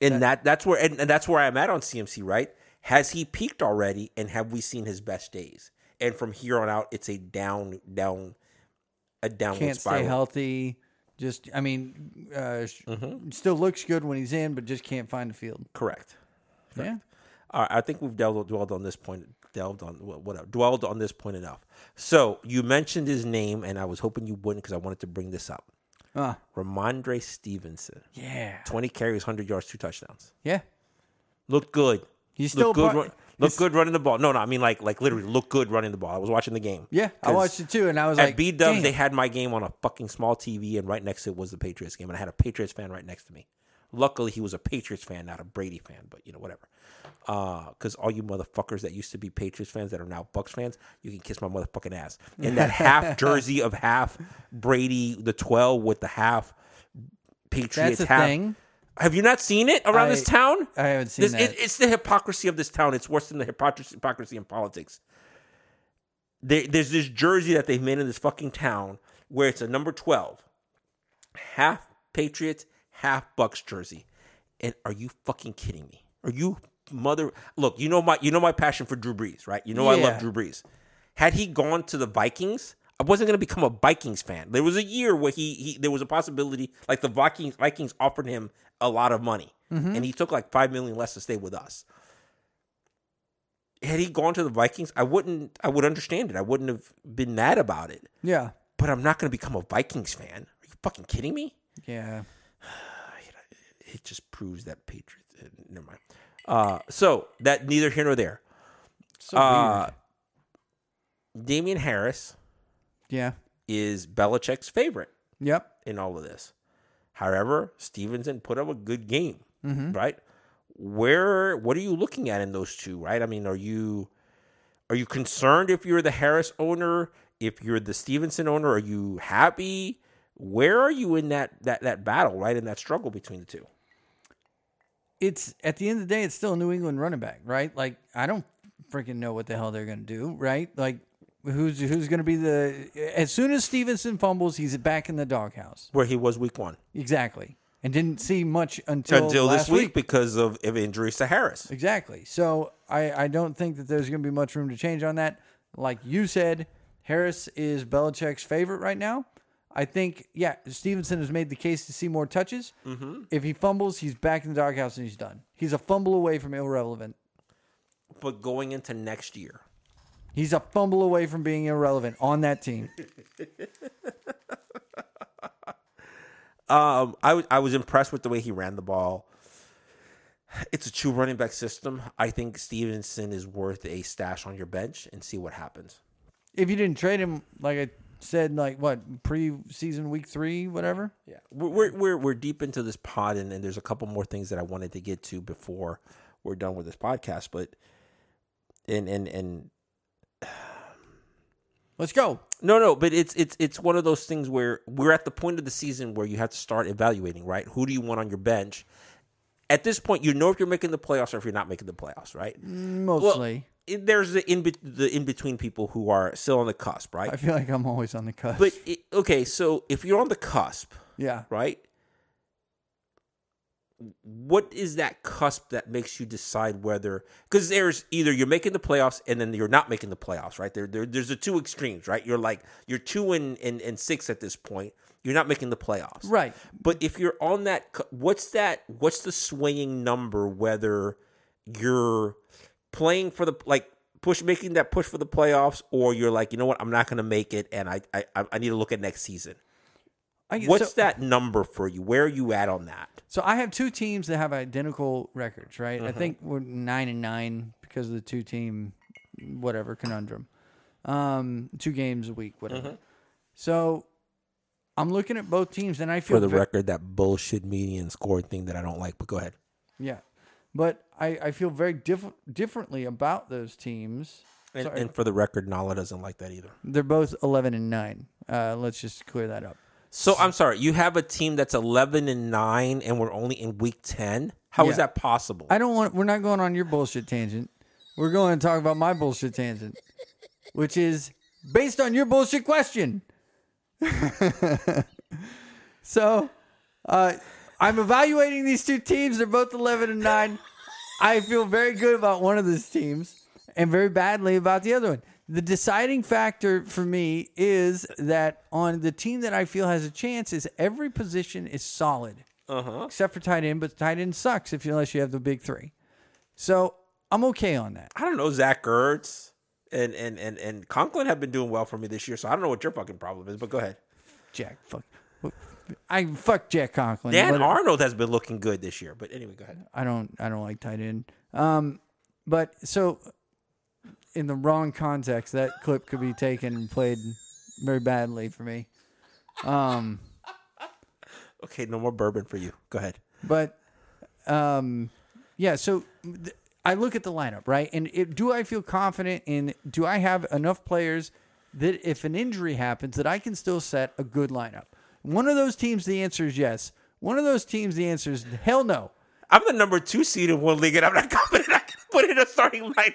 [SPEAKER 8] And that, that's where and, and that's where I'm at on CMC. Right? Has he peaked already? And have we seen his best days? And from here on out, it's a down down a downward
[SPEAKER 7] can't
[SPEAKER 8] spiral.
[SPEAKER 7] stay healthy. Just I mean, uh, sh
[SPEAKER 8] Mm-hmm.
[SPEAKER 7] still looks good when he's in, but just can't find the field.
[SPEAKER 8] Correct.
[SPEAKER 7] Yeah.
[SPEAKER 8] All right, I think we've delved, dwelled on this point. Delved on wha- whatever. Dwelled on this point enough. So you mentioned his name, and I was hoping you wouldn't because I wanted to bring this up.
[SPEAKER 7] Ah.
[SPEAKER 8] Ramondre Stevenson.
[SPEAKER 7] Yeah.
[SPEAKER 8] 20 carries, 100 yards, two touchdowns.
[SPEAKER 7] Yeah.
[SPEAKER 8] Looked good.
[SPEAKER 7] He's still
[SPEAKER 8] looked good.
[SPEAKER 7] part-
[SPEAKER 8] run, looked good running the ball. No, no, I mean like like literally looked good running the ball. I was watching the game.
[SPEAKER 7] Yeah, I
[SPEAKER 8] 'Cause
[SPEAKER 7] watched it too, and I was
[SPEAKER 8] At
[SPEAKER 7] like,
[SPEAKER 8] B Dubs,
[SPEAKER 7] "Damn."
[SPEAKER 8] they had my game on a fucking small TV, and right next to it was the Patriots game, and I had a Patriots fan right next to me. Luckily, he was a Patriots fan, not a Brady fan, but you know, whatever. Because all you motherfuckers that used to be Patriots fans that are now Bucks fans, you can kiss my motherfucking ass. In
[SPEAKER 7] [laughs]
[SPEAKER 8] that half jersey of half Brady, the 12 with the half Patriots
[SPEAKER 7] That's a
[SPEAKER 8] half.
[SPEAKER 7] thing.
[SPEAKER 8] Have you not seen it around this
[SPEAKER 7] I-
[SPEAKER 8] town?
[SPEAKER 7] I haven't seen
[SPEAKER 8] this,
[SPEAKER 7] that.
[SPEAKER 8] It, it's the hypocrisy of this town. It's worse than the hypocrisy, hypocrisy in politics. There, there's this jersey that they've made in this fucking town where it's a number 12, half Patriots, half Bucks jersey. And are you fucking kidding me? Are you mother Look, you know my you know my passion for Drew Brees, right? You know I
[SPEAKER 7] Yeah.
[SPEAKER 8] love Drew Brees. Had he gone to the Vikings, I wasn't going to become a Vikings fan. There was a year where he, he there was a possibility like the Vikings Vikings offered him a lot of money, and he took like five million less to stay with us. Had he gone to the Vikings, I wouldn't. I would understand it. I wouldn't have been mad about it.
[SPEAKER 7] Yeah.
[SPEAKER 8] But I'm not going to become a Vikings fan. Are you fucking kidding me?
[SPEAKER 7] Yeah.
[SPEAKER 8] it just proves that Patriots. uh, Never mind. Uh, so that neither here nor there.
[SPEAKER 7] So
[SPEAKER 8] Uh, Damian Harris
[SPEAKER 7] weird. Yeah.
[SPEAKER 8] is Belichick's favorite
[SPEAKER 7] Yep.
[SPEAKER 8] in all of this. However, Stevenson put up a good game, right? Where what are you looking at in those two, right? I mean, are you are you concerned if you're the Harris owner, if you're the Stevenson owner, are you happy? Where are you in that that that battle, right? In that struggle between the two?
[SPEAKER 7] it's at the end of the day, it's still a New England running back, right? Like I don't freaking know what the hell they're gonna do, right? Like who's who's gonna be the as soon as Stevenson fumbles, he's back in the doghouse.
[SPEAKER 8] Where he was week 1.
[SPEAKER 7] Exactly. And didn't see much until
[SPEAKER 8] until this
[SPEAKER 7] last
[SPEAKER 8] week, because of, of injuries to Harris.
[SPEAKER 7] Exactly. So I, I don't think that there's going to be much room to change on that. Like you said, Harris is Belichick's favorite right now. I think, yeah, Stevenson has made the case to see more touches.
[SPEAKER 8] Mm-hmm.
[SPEAKER 7] If he fumbles, he's back in the doghouse and he's done. He's a fumble away from irrelevant.
[SPEAKER 8] But going into next year,
[SPEAKER 7] He's a fumble away from being irrelevant on that
[SPEAKER 8] [laughs]
[SPEAKER 7] team.
[SPEAKER 8] um, I was I was impressed with the way he ran the ball. It's a true running back system. I think Stevenson is worth a stash on your bench and see what happens.
[SPEAKER 7] If you didn't trade him, like I said, like what, pre-season week three, whatever?
[SPEAKER 8] Yeah, we're we're we're, we're deep into this pod, and, and there's a couple more things that I wanted to get to before we're done with this podcast. But and and and
[SPEAKER 7] Let's go.
[SPEAKER 8] No, no, but it's it's it's one of those things where we're at the point of the season where you have to start evaluating, right? Who do you want on your bench? At this point, you know if you're making the playoffs or if you're not making the playoffs, right?
[SPEAKER 7] Mostly.
[SPEAKER 8] It- There's the in bet- the in between people who are still on the cusp,
[SPEAKER 7] I
[SPEAKER 8] right?
[SPEAKER 7] feel like I'm always on the cusp.
[SPEAKER 8] But it, okay, so if you're on the cusp,
[SPEAKER 7] yeah.
[SPEAKER 8] right? What is that cusp that makes you decide whether? Because there's either you're making the playoffs and then you're not making the playoffs, right? There, there there's the two extremes, right? You're like you're two and, and and six at this point. You're not making the playoffs,
[SPEAKER 7] Right.
[SPEAKER 8] But if you're on that, cu- what's that? What's the swaying number? Whether you're playing for the like push, making that push for the playoffs, or you're like, you know what, I'm not going to make it, and I, I I I need to look at next season.
[SPEAKER 7] I, so-
[SPEAKER 8] What's that number for you? Where are you at on that?
[SPEAKER 7] So I have two teams that have identical records, right?
[SPEAKER 8] Uh-huh.
[SPEAKER 7] I think we're nine and nine because of the two team whatever conundrum. Um, two games a week, whatever.
[SPEAKER 8] Mm-hmm.
[SPEAKER 7] So I'm looking at both teams and I feel
[SPEAKER 8] For the
[SPEAKER 7] ve-
[SPEAKER 8] record, that bullshit median score thing that I don't like, but go ahead.
[SPEAKER 7] Yeah. But I, I feel very diff- differently about those teams.
[SPEAKER 8] And,
[SPEAKER 7] Sorry.
[SPEAKER 8] and for the record, Nala doesn't like that either.
[SPEAKER 7] They're both 11 and 9. Uh, let's just clear that up.
[SPEAKER 8] So I'm sorry, you have a team that's 11 and 9 and we're only in week 10? How is
[SPEAKER 7] Yeah.
[SPEAKER 8] that possible?
[SPEAKER 7] I don't want. We're not going on your bullshit tangent. We're going to talk about my bullshit tangent, which is based on your bullshit question. [laughs] so, uh, I'm evaluating these two teams. They're both 11 and nine. I feel very good about one of these teams and very badly about the other one. The deciding factor for me is that on the team that I feel has a chance is every position is solid except for tight end, but tight end sucks if you, unless you have the big three. So I'm okay on that.
[SPEAKER 8] I don't know. Zach Ertz and, and, and, and Conklin have been doing well for me this year, so I don't know what your fucking problem is, but go ahead.
[SPEAKER 7] Jack, fuck, I fuck Jack Conklin.
[SPEAKER 8] Dan
[SPEAKER 7] but
[SPEAKER 8] Arnold has been looking good this year, but anyway, go ahead.
[SPEAKER 7] I don't, I don't like tight end. Um, but so in the wrong context, that clip could be taken and played very badly for me. Um,
[SPEAKER 8] Okay, no more bourbon for you. Go ahead.
[SPEAKER 7] But um, yeah, so th- I look at the lineup, right? And it, do I feel confident in? Do I have enough players that if an injury happens, that I can still set a good lineup? One of those teams, the answer is yes. One of those teams, the answer is hell no.
[SPEAKER 8] I'm the number two seed in one league, and I'm not [laughs] confident I can put in a starting lineup.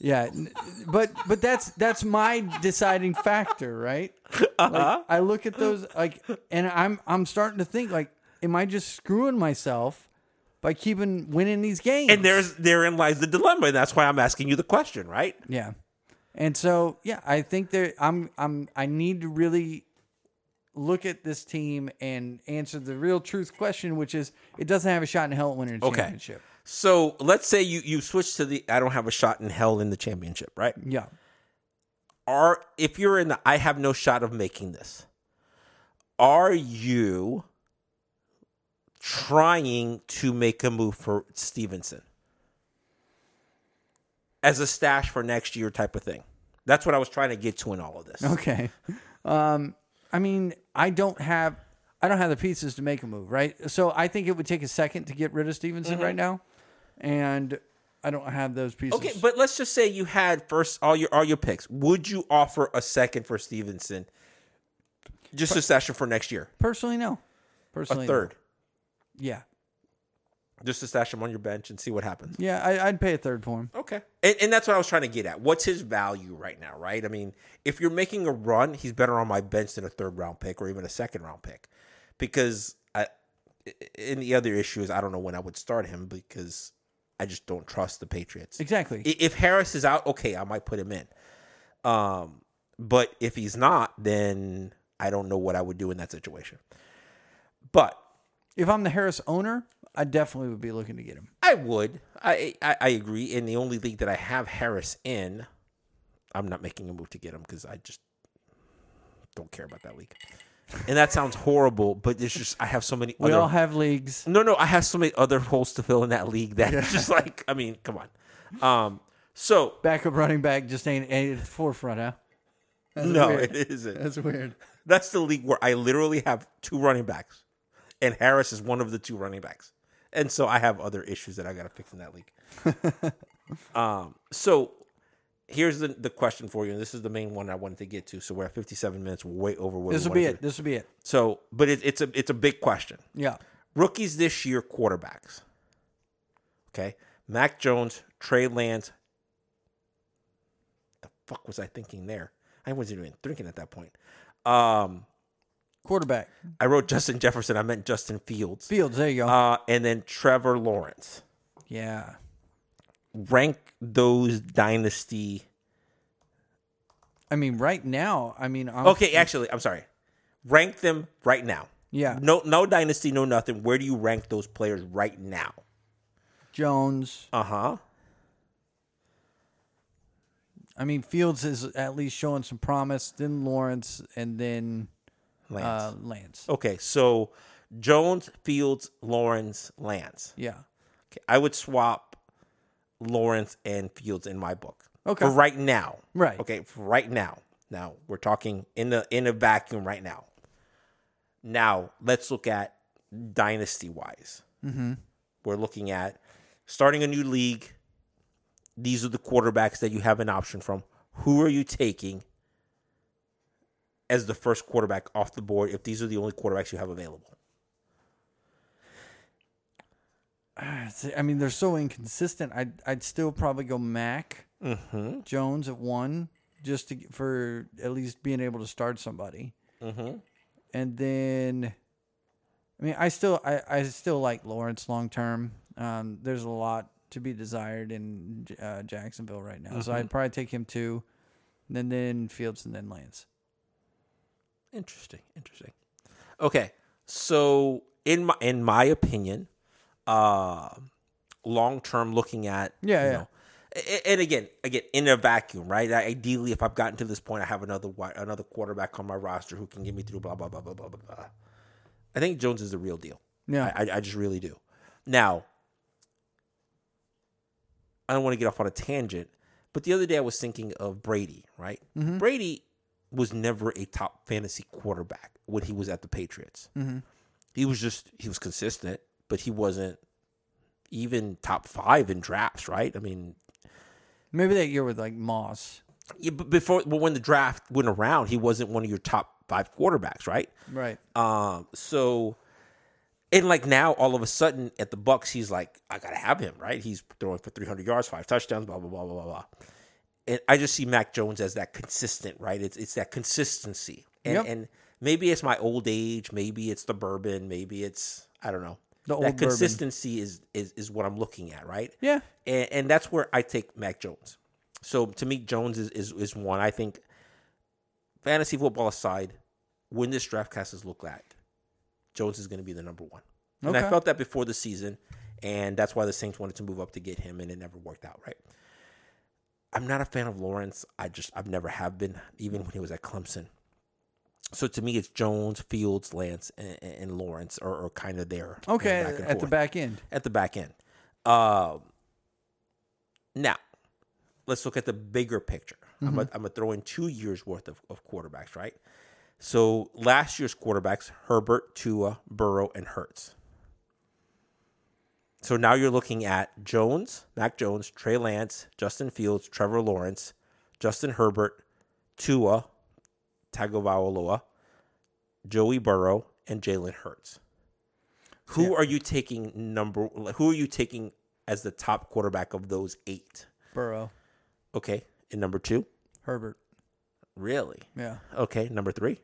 [SPEAKER 7] Yeah, n- but but that's that's my deciding factor, right? Like, I look at those like, and I'm I'm starting to think like, am I just screwing myself by keeping winning these games?
[SPEAKER 8] And there's therein lies the dilemma, and that's why I'm asking you the question, right?
[SPEAKER 7] yeah, and so yeah, I think there I'm I'm I need to really look at this team and answer the real truth question, which is it doesn't have a shot in hell at winning a
[SPEAKER 8] Okay.
[SPEAKER 7] championship.
[SPEAKER 8] So let's say you you switch to the I don't have a shot in hell in the championship, right?
[SPEAKER 7] Yeah,
[SPEAKER 8] Are if you're in the I have no shot of making this, are you trying to make a move for Stevenson as a stash for next year type of thing? That's what I was trying to get to in all of this.
[SPEAKER 7] Okay. Um, I mean, I don't have I don't have the pieces to make a move, right? So I think it would take a second to get rid of Stevenson
[SPEAKER 8] Mm-hmm.
[SPEAKER 7] right now, and I don't have those pieces.
[SPEAKER 8] Okay, but let's just say you had first all your all your picks. Would you offer a second for Stevenson? Just a session for next year.
[SPEAKER 7] personally, no.
[SPEAKER 8] A
[SPEAKER 7] Personally, no.
[SPEAKER 8] third.
[SPEAKER 7] Yeah,
[SPEAKER 8] Just to stash him on your bench and see what happens.
[SPEAKER 7] yeah. I, I'd pay a third for him.
[SPEAKER 8] Okay. And, and that's what I was trying to get at. What's his value right now, right? I mean, if you're making a run, he's better on my bench than a third round pick or even a second round pick. Because I, and the other issue is I don't know when I would start him because I just don't trust the Patriots.
[SPEAKER 7] Exactly.
[SPEAKER 8] I- If Harris is out, okay, I might put him in. Um, but if he's not, then I don't know what I would do in that situation. But
[SPEAKER 7] if I'm the Harris owner, I definitely would be looking to get him.
[SPEAKER 8] I would. I, I I agree. In the only league that I have Harris in, I'm not making a move to get him because I just don't care about that league. And that sounds horrible, but it's just I have so many.
[SPEAKER 7] We
[SPEAKER 8] other,
[SPEAKER 7] all have leagues.
[SPEAKER 8] no, no, I have so many other holes to fill in that league that it's just like I mean, come on. Um, so
[SPEAKER 7] Backup running back just ain't, ain't at the forefront, huh?
[SPEAKER 8] no,
[SPEAKER 7] weird.
[SPEAKER 8] it isn't.
[SPEAKER 7] That's weird.
[SPEAKER 8] That's the league where I literally have two running backs, and Harris is one of the two running backs. And so I have other issues that I got to fix in that league.
[SPEAKER 7] [laughs]
[SPEAKER 8] um, so here's the, the question for you, and this is the main one I wanted to get to. So we're at 57 minutes, way over. What
[SPEAKER 7] This
[SPEAKER 8] we
[SPEAKER 7] will be
[SPEAKER 8] wanted
[SPEAKER 7] it. This will be it.
[SPEAKER 8] to- So, but it, it's a it's a big question.
[SPEAKER 7] Yeah.
[SPEAKER 8] Rookies this year, quarterbacks. Okay, Mac Jones, Trey Lance. The fuck was I thinking there? I wasn't even thinking at that point. Um,
[SPEAKER 7] Quarterback.
[SPEAKER 8] I wrote Justin Jefferson. I meant Justin Fields.
[SPEAKER 7] Fields. There you go.
[SPEAKER 8] Uh, and then Trevor Lawrence.
[SPEAKER 7] yeah.
[SPEAKER 8] Rank those dynasty.
[SPEAKER 7] I mean, right now, I mean, I'm,
[SPEAKER 8] Okay, actually, I'm sorry. Rank them right now.
[SPEAKER 7] Yeah.
[SPEAKER 8] No, no dynasty, no nothing. Where do you rank those players right now?
[SPEAKER 7] Jones.
[SPEAKER 8] Uh huh.
[SPEAKER 7] I mean, Fields is at least showing some promise. Then Lawrence, and then
[SPEAKER 8] Lance.
[SPEAKER 7] uh, Lance.
[SPEAKER 8] okay, so Jones, Fields, Lawrence, Lance.
[SPEAKER 7] Yeah,
[SPEAKER 8] Okay, I would swap Lawrence and Fields in my book.
[SPEAKER 7] Okay.
[SPEAKER 8] For right now.
[SPEAKER 7] Right.
[SPEAKER 8] Okay, for right now. Now we're talking in the in a vacuum right now. Now let's look at dynasty wise.
[SPEAKER 7] Mm-hmm.
[SPEAKER 8] We're looking at starting a new league. These are the quarterbacks that you have an option from. Who are you taking as the first quarterback off the board if these are the only quarterbacks you have available?
[SPEAKER 7] It's- I mean, they're so inconsistent. I'd I'd still probably go Mac
[SPEAKER 8] Mm-hmm.
[SPEAKER 7] Jones at one just to, get- for at least being able to start somebody.
[SPEAKER 8] Mm-hmm.
[SPEAKER 7] And then, I mean, I still I, I still like Lawrence long term. Um, there's a lot to be desired in uh, Jacksonville right now, so
[SPEAKER 8] Mm-hmm.
[SPEAKER 7] I'd probably take him too. And then Fields and then Lance.
[SPEAKER 8] Interesting, interesting. Okay, so in my in my opinion, uh, long term looking at
[SPEAKER 7] Yeah, yeah.
[SPEAKER 8] a- and again, again in a vacuum, right? I, ideally, if I've gotten to this point, I have another wi- another quarterback on my roster who can get me through blah blah blah blah blah blah. blah. I think Jones is the real deal.
[SPEAKER 7] Yeah.
[SPEAKER 8] I, I, I just really do. Now, I don't want to get off on a tangent, but the other day I was thinking of Brady, right? Brady was never a top fantasy quarterback when he was at the Patriots. He was just, he was consistent, but he wasn't even top five in drafts, right? I mean,
[SPEAKER 7] Maybe that year with like Moss.
[SPEAKER 8] yeah, but before but when the draft went around, he wasn't one of your top five quarterbacks, right?
[SPEAKER 7] Right.
[SPEAKER 8] Um, so and like now, all of a sudden at the Bucks, he's like, I gotta have him, right? He's throwing for 300 yards, five touchdowns, blah blah blah blah blah blah. And I just see Mac Jones as that consistent, right? It's it's that consistency, and
[SPEAKER 7] Yep.
[SPEAKER 8] and maybe it's my old age, maybe it's the bourbon, maybe it's I don't know.
[SPEAKER 7] The old
[SPEAKER 8] that
[SPEAKER 7] bourbon.
[SPEAKER 8] consistency is, is is what I'm looking at, right?
[SPEAKER 7] Yeah.
[SPEAKER 8] and, and that's where I take Mac Jones. So to me, Jones is, is is one. I think fantasy football aside, when this draft class is looked at, Jones is going to be the number one. And I
[SPEAKER 7] Okay.
[SPEAKER 8] felt that before the season, and that's why the Saints wanted to move up to get him, and it never worked out, right? I'm not a fan of Lawrence. I just I've never have been, even when he was at Clemson. So to me, it's Jones, Fields, Lance, and, and Lawrence are, are kind of there. you know,
[SPEAKER 7] Okay.
[SPEAKER 8] back and
[SPEAKER 7] at the
[SPEAKER 8] forth
[SPEAKER 7] back end.
[SPEAKER 8] at the back end. Um, now, let's look at the bigger picture. I'm going to throw in two years worth of, of quarterbacks, right? So last year's quarterbacks, Herbert, Tua, Burrow, and Hertz. So now you're looking at Jones, Mac Jones, Trey Lance, Justin Fields, Trevor Lawrence, Justin Herbert, Tua, Tagovailoa, Joey Burrow, and Jalen Hurts. Who are you taking number? like, Who are you taking as the top quarterback of those eight?
[SPEAKER 7] Burrow.
[SPEAKER 8] Okay, and number two,
[SPEAKER 7] Herbert.
[SPEAKER 8] really?
[SPEAKER 7] Yeah.
[SPEAKER 8] Okay, number three.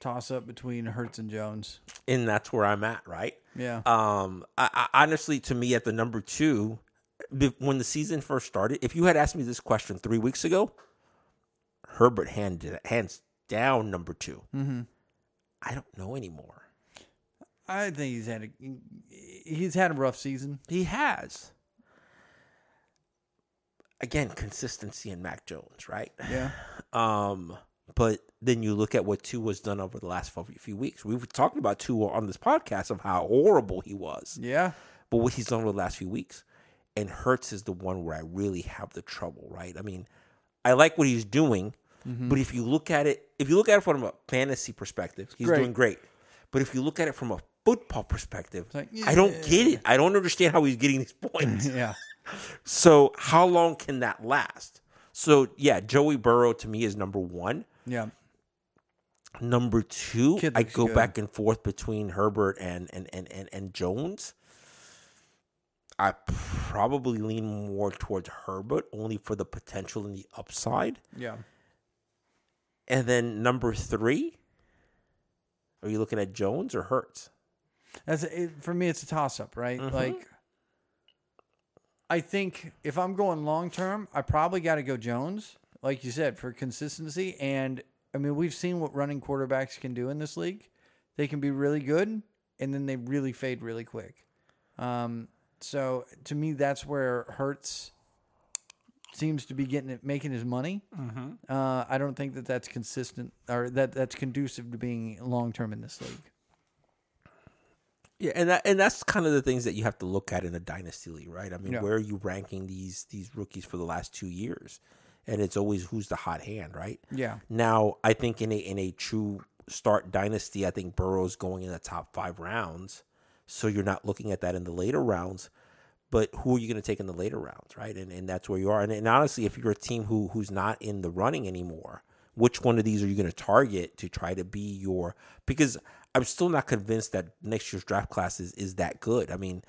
[SPEAKER 7] Toss up between Hertz and Jones.
[SPEAKER 8] and that's where I'm at, right?
[SPEAKER 7] Yeah.
[SPEAKER 8] Um, I, I honestly, to me, at the number two, be- when the season first started, if you had asked me this question three weeks ago, Herbert handed hands down number 2 Mm-hmm. I don't know anymore.
[SPEAKER 7] I think he's had a he's had a rough season.
[SPEAKER 8] He has. Again, consistency in Mac Jones, right?
[SPEAKER 7] Yeah.
[SPEAKER 8] Um, but then you look at what Tua's done over the last few- few weeks. We were talking about Tua on this podcast of how horrible he was.
[SPEAKER 7] Yeah.
[SPEAKER 8] but what he's done over the last few weeks. And Hertz is the one where I really have the trouble, right? I mean, I like what he's doing,
[SPEAKER 7] Mm-hmm.
[SPEAKER 8] but if you look at it, if you look at it from a fantasy perspective, he's
[SPEAKER 7] Great.
[SPEAKER 8] doing great. But if you look at it from a football perspective,
[SPEAKER 7] like,
[SPEAKER 8] I don't get it. I don't understand how he's getting these
[SPEAKER 7] [laughs]
[SPEAKER 8] points.
[SPEAKER 7] Yeah.
[SPEAKER 8] so how long can that last? So yeah, Joey Burrow to me is number one.
[SPEAKER 7] Yeah.
[SPEAKER 8] Number two,
[SPEAKER 7] Kid
[SPEAKER 8] I
[SPEAKER 7] looks
[SPEAKER 8] go
[SPEAKER 7] good.
[SPEAKER 8] back and forth between Herbert and and and and, and Jones. I probably lean more towards Herbert only for the potential and the upside.
[SPEAKER 7] Yeah.
[SPEAKER 8] And then number three, are you looking at Jones or Hurts?
[SPEAKER 7] That's it, for me. It's a toss up, right? Like, I think if I'm going long term, I probably got to go Jones, like you said, for consistency. And I mean, we've seen what running quarterbacks can do in this league. They can be really good, and then they really fade really quick. Um, so to me, that's where Hurts seems to be getting it, making his money. Uh, I don't think that that's consistent or that that's conducive to being long term in this league.
[SPEAKER 8] Yeah, and that, and that's kind of the things that you have to look at in a dynasty league, right? I mean,
[SPEAKER 7] Yeah.
[SPEAKER 8] where are you ranking these these rookies for the last two years? And it's always who's the hot hand, right?
[SPEAKER 7] Yeah.
[SPEAKER 8] Now, I think in a in a true start dynasty, I think Burrow's going in the top five rounds. So you're not looking at that in the later rounds. But who are you going to take in the later rounds, right? And and that's where you are. And, and honestly, if you're a team who who's not in the running anymore, which one of these are you going to target to try to be your? Because I'm still not convinced that next year's draft class is, is that good. I mean,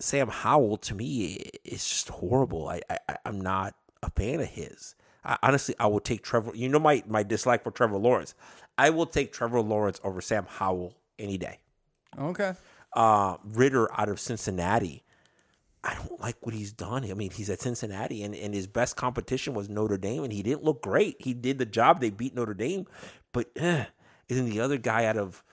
[SPEAKER 8] Sam Howell to me i- is just horrible. I, I I- I'm not a fan of his. I, honestly, I will take Trevor. You know my my dislike for Trevor Lawrence. I will take Trevor Lawrence over Sam Howell any day.
[SPEAKER 7] Okay.
[SPEAKER 8] Uh, Ritter out of Cincinnati. I don't like what he's done. I mean, he's at Cincinnati, and, and his best competition was Notre Dame, and he didn't look great. He did the job. They beat Notre Dame, but eh. and then the other guy out of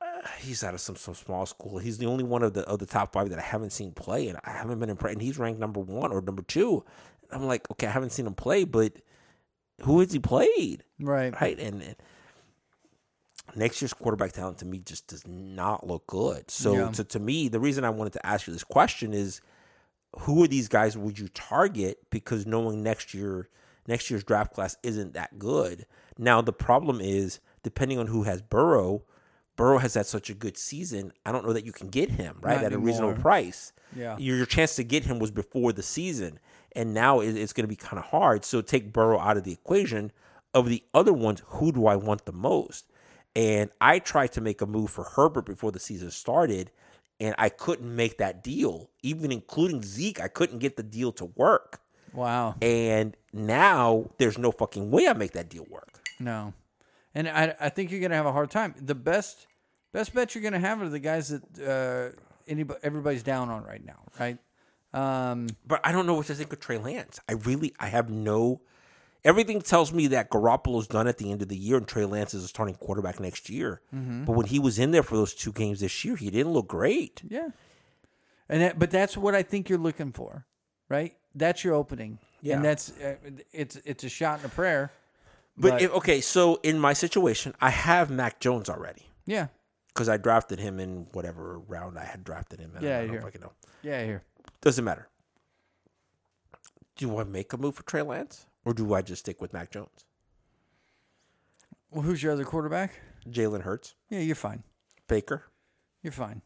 [SPEAKER 8] uh, he's out of some, some small school. He's the only one of the of the top five that I haven't seen play, and I haven't been impressed. And he's ranked number one or number two. And I'm like, okay, I haven't seen him play, but who has he played?
[SPEAKER 7] Right.
[SPEAKER 8] Right, and, and next year's quarterback talent to me just does not look good. So
[SPEAKER 7] Yeah.
[SPEAKER 8] to, to me, the reason I wanted to ask you this question is, who are these guys? Would you target because knowing next year? next year's draft class isn't that good. Now the problem is depending on who has Burrow, Burrow has had such a good season. I don't know that you can get him right
[SPEAKER 7] Not
[SPEAKER 8] at a reasonable
[SPEAKER 7] anymore.
[SPEAKER 8] price.
[SPEAKER 7] Yeah.
[SPEAKER 8] your, your chance to get him was before the season, and now it, it's going to be kind of hard. So take Burrow out of the equation. Of the other ones, who do I want the most? And I tried to make a move for Herbert before the season started, and I couldn't make that deal. Even including Zeke, I couldn't get the deal to work.
[SPEAKER 7] Wow.
[SPEAKER 8] And now there's no fucking way I make that deal work.
[SPEAKER 7] No, and I I think you're gonna have a hard time. The best best bet you're gonna have are the guys that uh, anybody everybody's down on right now, right? Um,
[SPEAKER 8] But I don't know what to think of Trey Lance. I really, I have no. Everything tells me that Garoppolo's done at the end of the year and Trey Lance is a starting quarterback next year.
[SPEAKER 7] Mm-hmm.
[SPEAKER 8] But when he was in there for those two games this year, he didn't look great.
[SPEAKER 7] yeah, and that, but that's what I think you're looking for, right? That's your opening,
[SPEAKER 8] Yeah.
[SPEAKER 7] and that's uh, it's it's a shot and a prayer.
[SPEAKER 8] But,
[SPEAKER 7] But-
[SPEAKER 8] if, okay, so in my situation, I have Mac Jones already
[SPEAKER 7] Yeah,
[SPEAKER 8] because I drafted him in whatever round I had drafted him in.
[SPEAKER 7] Yeah,
[SPEAKER 8] I don't
[SPEAKER 7] here.
[SPEAKER 8] know. Fucking know.
[SPEAKER 7] yeah, here.
[SPEAKER 8] Doesn't matter. Do I make a move for Trey Lance or do I just stick with Mac Jones?
[SPEAKER 7] Well, who's your other quarterback?
[SPEAKER 8] Jalen Hurts,
[SPEAKER 7] Yeah, you're fine.
[SPEAKER 8] Baker.
[SPEAKER 7] You're fine.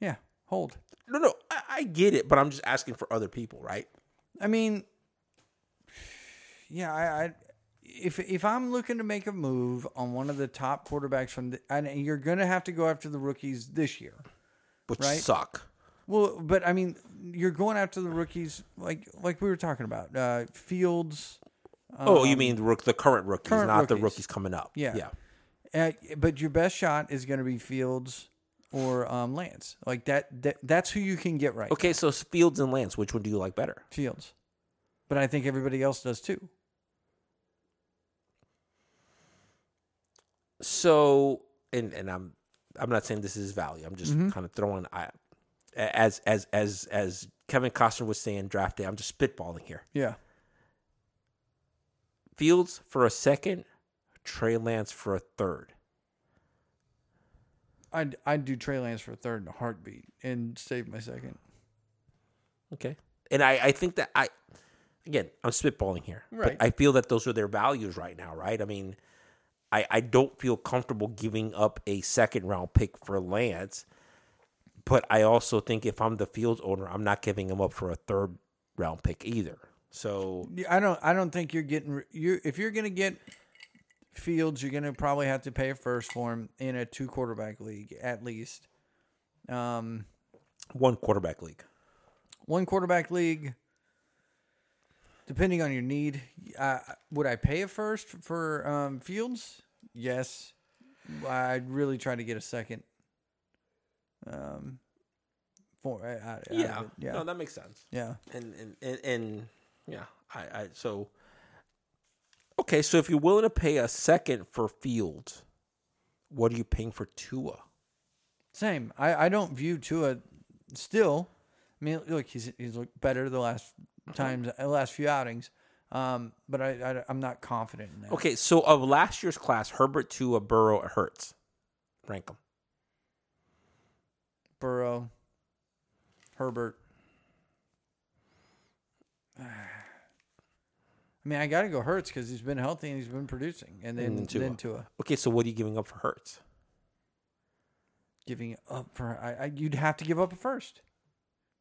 [SPEAKER 7] Yeah, hold.
[SPEAKER 8] No, no, I, I get it, but I'm just asking for other people, right?
[SPEAKER 7] I mean, yeah, I, I if if I'm looking to make a move on one of the top quarterbacks from the, and you're going to have to go after the rookies this year.
[SPEAKER 8] Which
[SPEAKER 7] Right.
[SPEAKER 8] suck.
[SPEAKER 7] Well, but I mean, you're going after the rookies like like we were talking about uh, Fields.
[SPEAKER 8] oh, you mean the, rook, the current rookies,
[SPEAKER 7] Um, current
[SPEAKER 8] not the
[SPEAKER 7] rookies.
[SPEAKER 8] rookies coming up?
[SPEAKER 7] Yeah.
[SPEAKER 8] yeah.
[SPEAKER 7] Uh, but your best shot is going to be Fields or um, Lance. Like that, that that's who you can get right.
[SPEAKER 8] Okay, so it's Fields and Lance, which one do you like better?
[SPEAKER 7] Fields. But I think everybody else does too.
[SPEAKER 8] So, and and I'm I'm not saying this is value. I'm just
[SPEAKER 7] Mm-hmm.
[SPEAKER 8] kind of throwing. I as as as as Kevin Costner was saying draft day. I'm just spitballing here.
[SPEAKER 7] Yeah.
[SPEAKER 8] Fields for a second, Trey Lance for a third.
[SPEAKER 7] I'd I'd do Trey Lance for a third in a heartbeat and save my second.
[SPEAKER 8] Okay. And I, I think that I, again, I'm spitballing here. but
[SPEAKER 7] Right.
[SPEAKER 8] I feel that those are their values right now, right? I mean, I, I don't feel comfortable giving up a second round pick for Lance, but I also think if I'm the Fields owner, I'm not giving him up for a third round pick either. So
[SPEAKER 7] Yeah, I don't. I don't think you're getting. You if you're gonna get Fields, you're gonna probably have to pay a first for him in a two quarterback league at least. Um,
[SPEAKER 8] one quarterback league.
[SPEAKER 7] one quarterback league. Depending on your need, uh, would I pay a first for um, Fields? Yes, I'd really try to get a second. Um, for I- I- I would- yeah,
[SPEAKER 8] No, that makes sense.
[SPEAKER 7] yeah.
[SPEAKER 8] and and and, and yeah, I, I so okay. So if you're willing to pay a second for Fields, what are you paying for Tua?
[SPEAKER 7] Same. I, I don't view Tua still. I mean, look, he's he's looked better the last
[SPEAKER 8] Uh-huh.
[SPEAKER 7] times, the last few outings. Um, but I, I I'm not confident in that.
[SPEAKER 8] Okay, so of last year's class, Herbert, Tua, Burrow, Hurts, rank them.
[SPEAKER 7] Burrow, Herbert. [sighs] I mean, I got to go Hurts because he's been healthy and he's been producing, and then
[SPEAKER 8] And Mm, Tua.
[SPEAKER 7] then Tua
[SPEAKER 8] Okay, so what are you giving up for Hurts?
[SPEAKER 7] giving up for I, I you'd have to give up a first.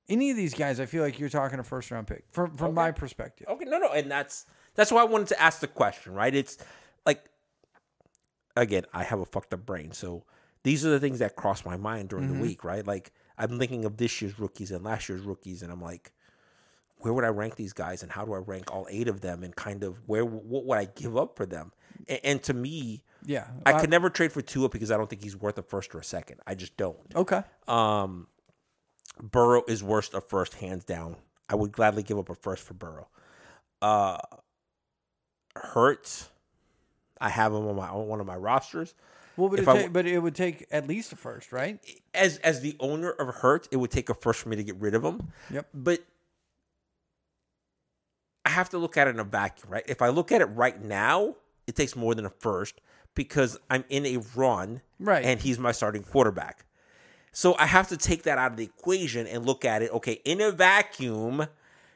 [SPEAKER 7] Any of these guys, I feel like you're talking a first round pick from from my perspective.
[SPEAKER 8] Okay, no, no, and that's that's why I wanted to ask the question, right? It's like again, I have a fucked up brain, so these are the things that cross my mind during the week, right? Like I'm thinking of this year's rookies and last year's rookies, and I'm like, where would I rank these guys, and how do I rank all eight of them, and kind of where what would I give up for them? And, and to me,
[SPEAKER 7] Yeah,
[SPEAKER 8] I could never trade for Tua because I don't think he's worth a first or a second. I just don't.
[SPEAKER 7] Okay.
[SPEAKER 8] Um, Burrow is worst of first, hands down. I would gladly give up a first for Burrow. Uh, Hurts, I have him on my on one of my rosters.
[SPEAKER 7] Well, but
[SPEAKER 8] If
[SPEAKER 7] it,
[SPEAKER 8] I
[SPEAKER 7] ta-
[SPEAKER 8] w-
[SPEAKER 7] but it would take at least a first, right?
[SPEAKER 8] As as the owner of Hurts, it would take a first for me to get rid of him.
[SPEAKER 7] Yep.
[SPEAKER 8] But I have to look at it in a vacuum, right? If I look at it right now, it takes more than a first because I'm in a run,
[SPEAKER 7] Right.
[SPEAKER 8] And he's my starting quarterback. So I have to take that out of the equation and look at it. Okay, in a vacuum,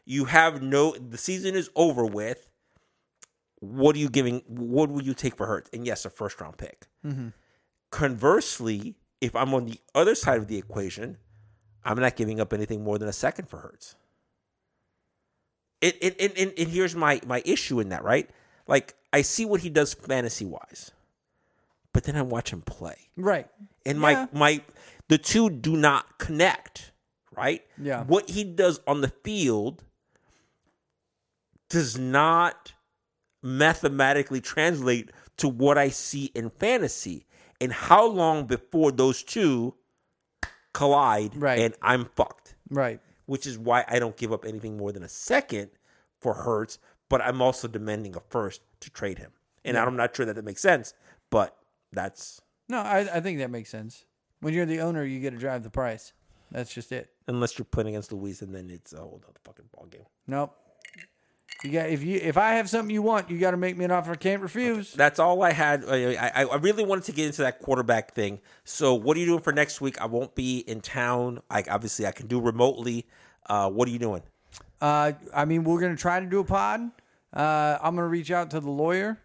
[SPEAKER 8] You have no. The season is over with. What are you giving? What will you take for Hurts? And yes, a first round pick. Conversely, if I'm on the other side of the equation, I'm not giving up anything more than a second for Hurts. It, it, and, and, and here's my, my issue in that, right? Like, I see what he does fantasy wise, but then I watch him play.
[SPEAKER 7] Right.
[SPEAKER 8] And
[SPEAKER 7] Yeah.
[SPEAKER 8] my, my, the two do not connect, right?
[SPEAKER 7] Yeah.
[SPEAKER 8] What he does on the field does not mathematically translate to what I see in fantasy. And how long before those two collide
[SPEAKER 7] Right.
[SPEAKER 8] and I'm fucked,
[SPEAKER 7] Right.
[SPEAKER 8] which is why I don't give up anything more than a second for Hertz, but I'm also demanding a first to trade him. And I'm not sure that that makes sense, but that's
[SPEAKER 7] No, I, I think that makes sense. When you're the owner, you get to drive the price. That's just it.
[SPEAKER 8] unless you're playing against Luis and then it's a whole other fucking ballgame.
[SPEAKER 7] Nope. You got if you if I have something you want, you got to make me an offer I can't refuse.
[SPEAKER 8] That's all I had. I, I, I really wanted to get into that quarterback thing. So, what are you doing for next week? I won't be in town. I obviously I can do remotely. Uh, what are you doing?
[SPEAKER 7] Uh, I mean, we're gonna try to do a pod. Uh, I'm gonna reach out to the lawyer.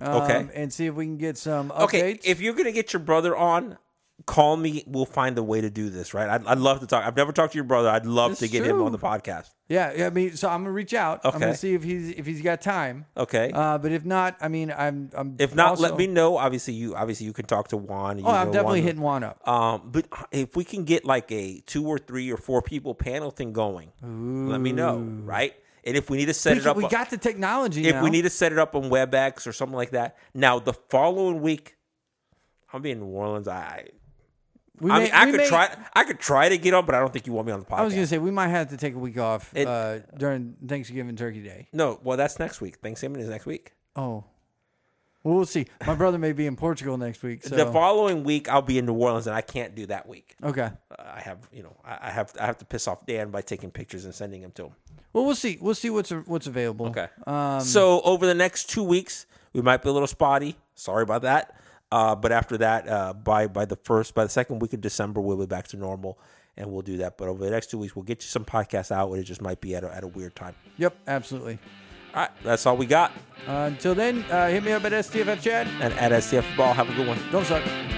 [SPEAKER 7] Um,
[SPEAKER 8] Okay.
[SPEAKER 7] And see if we can get some updates.
[SPEAKER 8] Okay, if you're gonna get your brother on, call me. We'll find a way to do this. Right? I'd, I'd love to talk. I've never talked to your brother. I'd love
[SPEAKER 7] That's
[SPEAKER 8] to get him
[SPEAKER 7] true.
[SPEAKER 8] on the podcast.
[SPEAKER 7] yeah, yeah, I mean, so I'm gonna reach out. I'm
[SPEAKER 8] Okay.
[SPEAKER 7] gonna see if he's if he's got time.
[SPEAKER 8] Okay.
[SPEAKER 7] Uh, but if not, I mean, I'm I'm.
[SPEAKER 8] if not, let
[SPEAKER 7] also-
[SPEAKER 8] me know. Obviously, you obviously you can talk to Juan. You
[SPEAKER 7] Oh, I'm
[SPEAKER 8] know
[SPEAKER 7] definitely
[SPEAKER 8] Juan.
[SPEAKER 7] hitting one up.
[SPEAKER 8] Um, but if we can get like a two or three or four people panel thing going, let me know. Right? And if we need to set
[SPEAKER 7] We,
[SPEAKER 8] it up,
[SPEAKER 7] we got the technology.
[SPEAKER 8] if
[SPEAKER 7] now.
[SPEAKER 8] we need to set it up on WebEx or something like that. Now the following week, I'll be in New Orleans. I
[SPEAKER 7] we
[SPEAKER 8] I
[SPEAKER 7] may-
[SPEAKER 8] mean I
[SPEAKER 7] we
[SPEAKER 8] could
[SPEAKER 7] may-
[SPEAKER 8] try I could try to get on, but I don't think you want me on the podcast.
[SPEAKER 7] I was gonna say we might have to take a week off
[SPEAKER 8] It-
[SPEAKER 7] uh, during Thanksgiving Turkey Day.
[SPEAKER 8] no. Well, that's next week. Thanksgiving is next week.
[SPEAKER 7] Oh, well, we'll see. My brother may be in Portugal next week. So
[SPEAKER 8] The following week, I'll be in New Orleans, and I can't do that week.
[SPEAKER 7] okay.
[SPEAKER 8] Uh, I have you know I, I have I have to piss off Dan by taking pictures and sending them to him.
[SPEAKER 7] Well, we'll see. We'll see what's what's available.
[SPEAKER 8] Okay.
[SPEAKER 7] Um,
[SPEAKER 8] so over the next two weeks, we might be a little spotty. Sorry about that. Uh, but after that, uh, by by the first, by the second week of December, we'll be back to normal, and we'll do that. But over the next two weeks, we'll get you some podcasts out, and it just might be at a, at a weird time.
[SPEAKER 7] Yep. Absolutely.
[SPEAKER 8] All right, that's all we got.
[SPEAKER 7] Uh, until then, uh, hit me up at STFF Chad.
[SPEAKER 8] And at SCF Ball, have a good one.
[SPEAKER 7] Don't suck.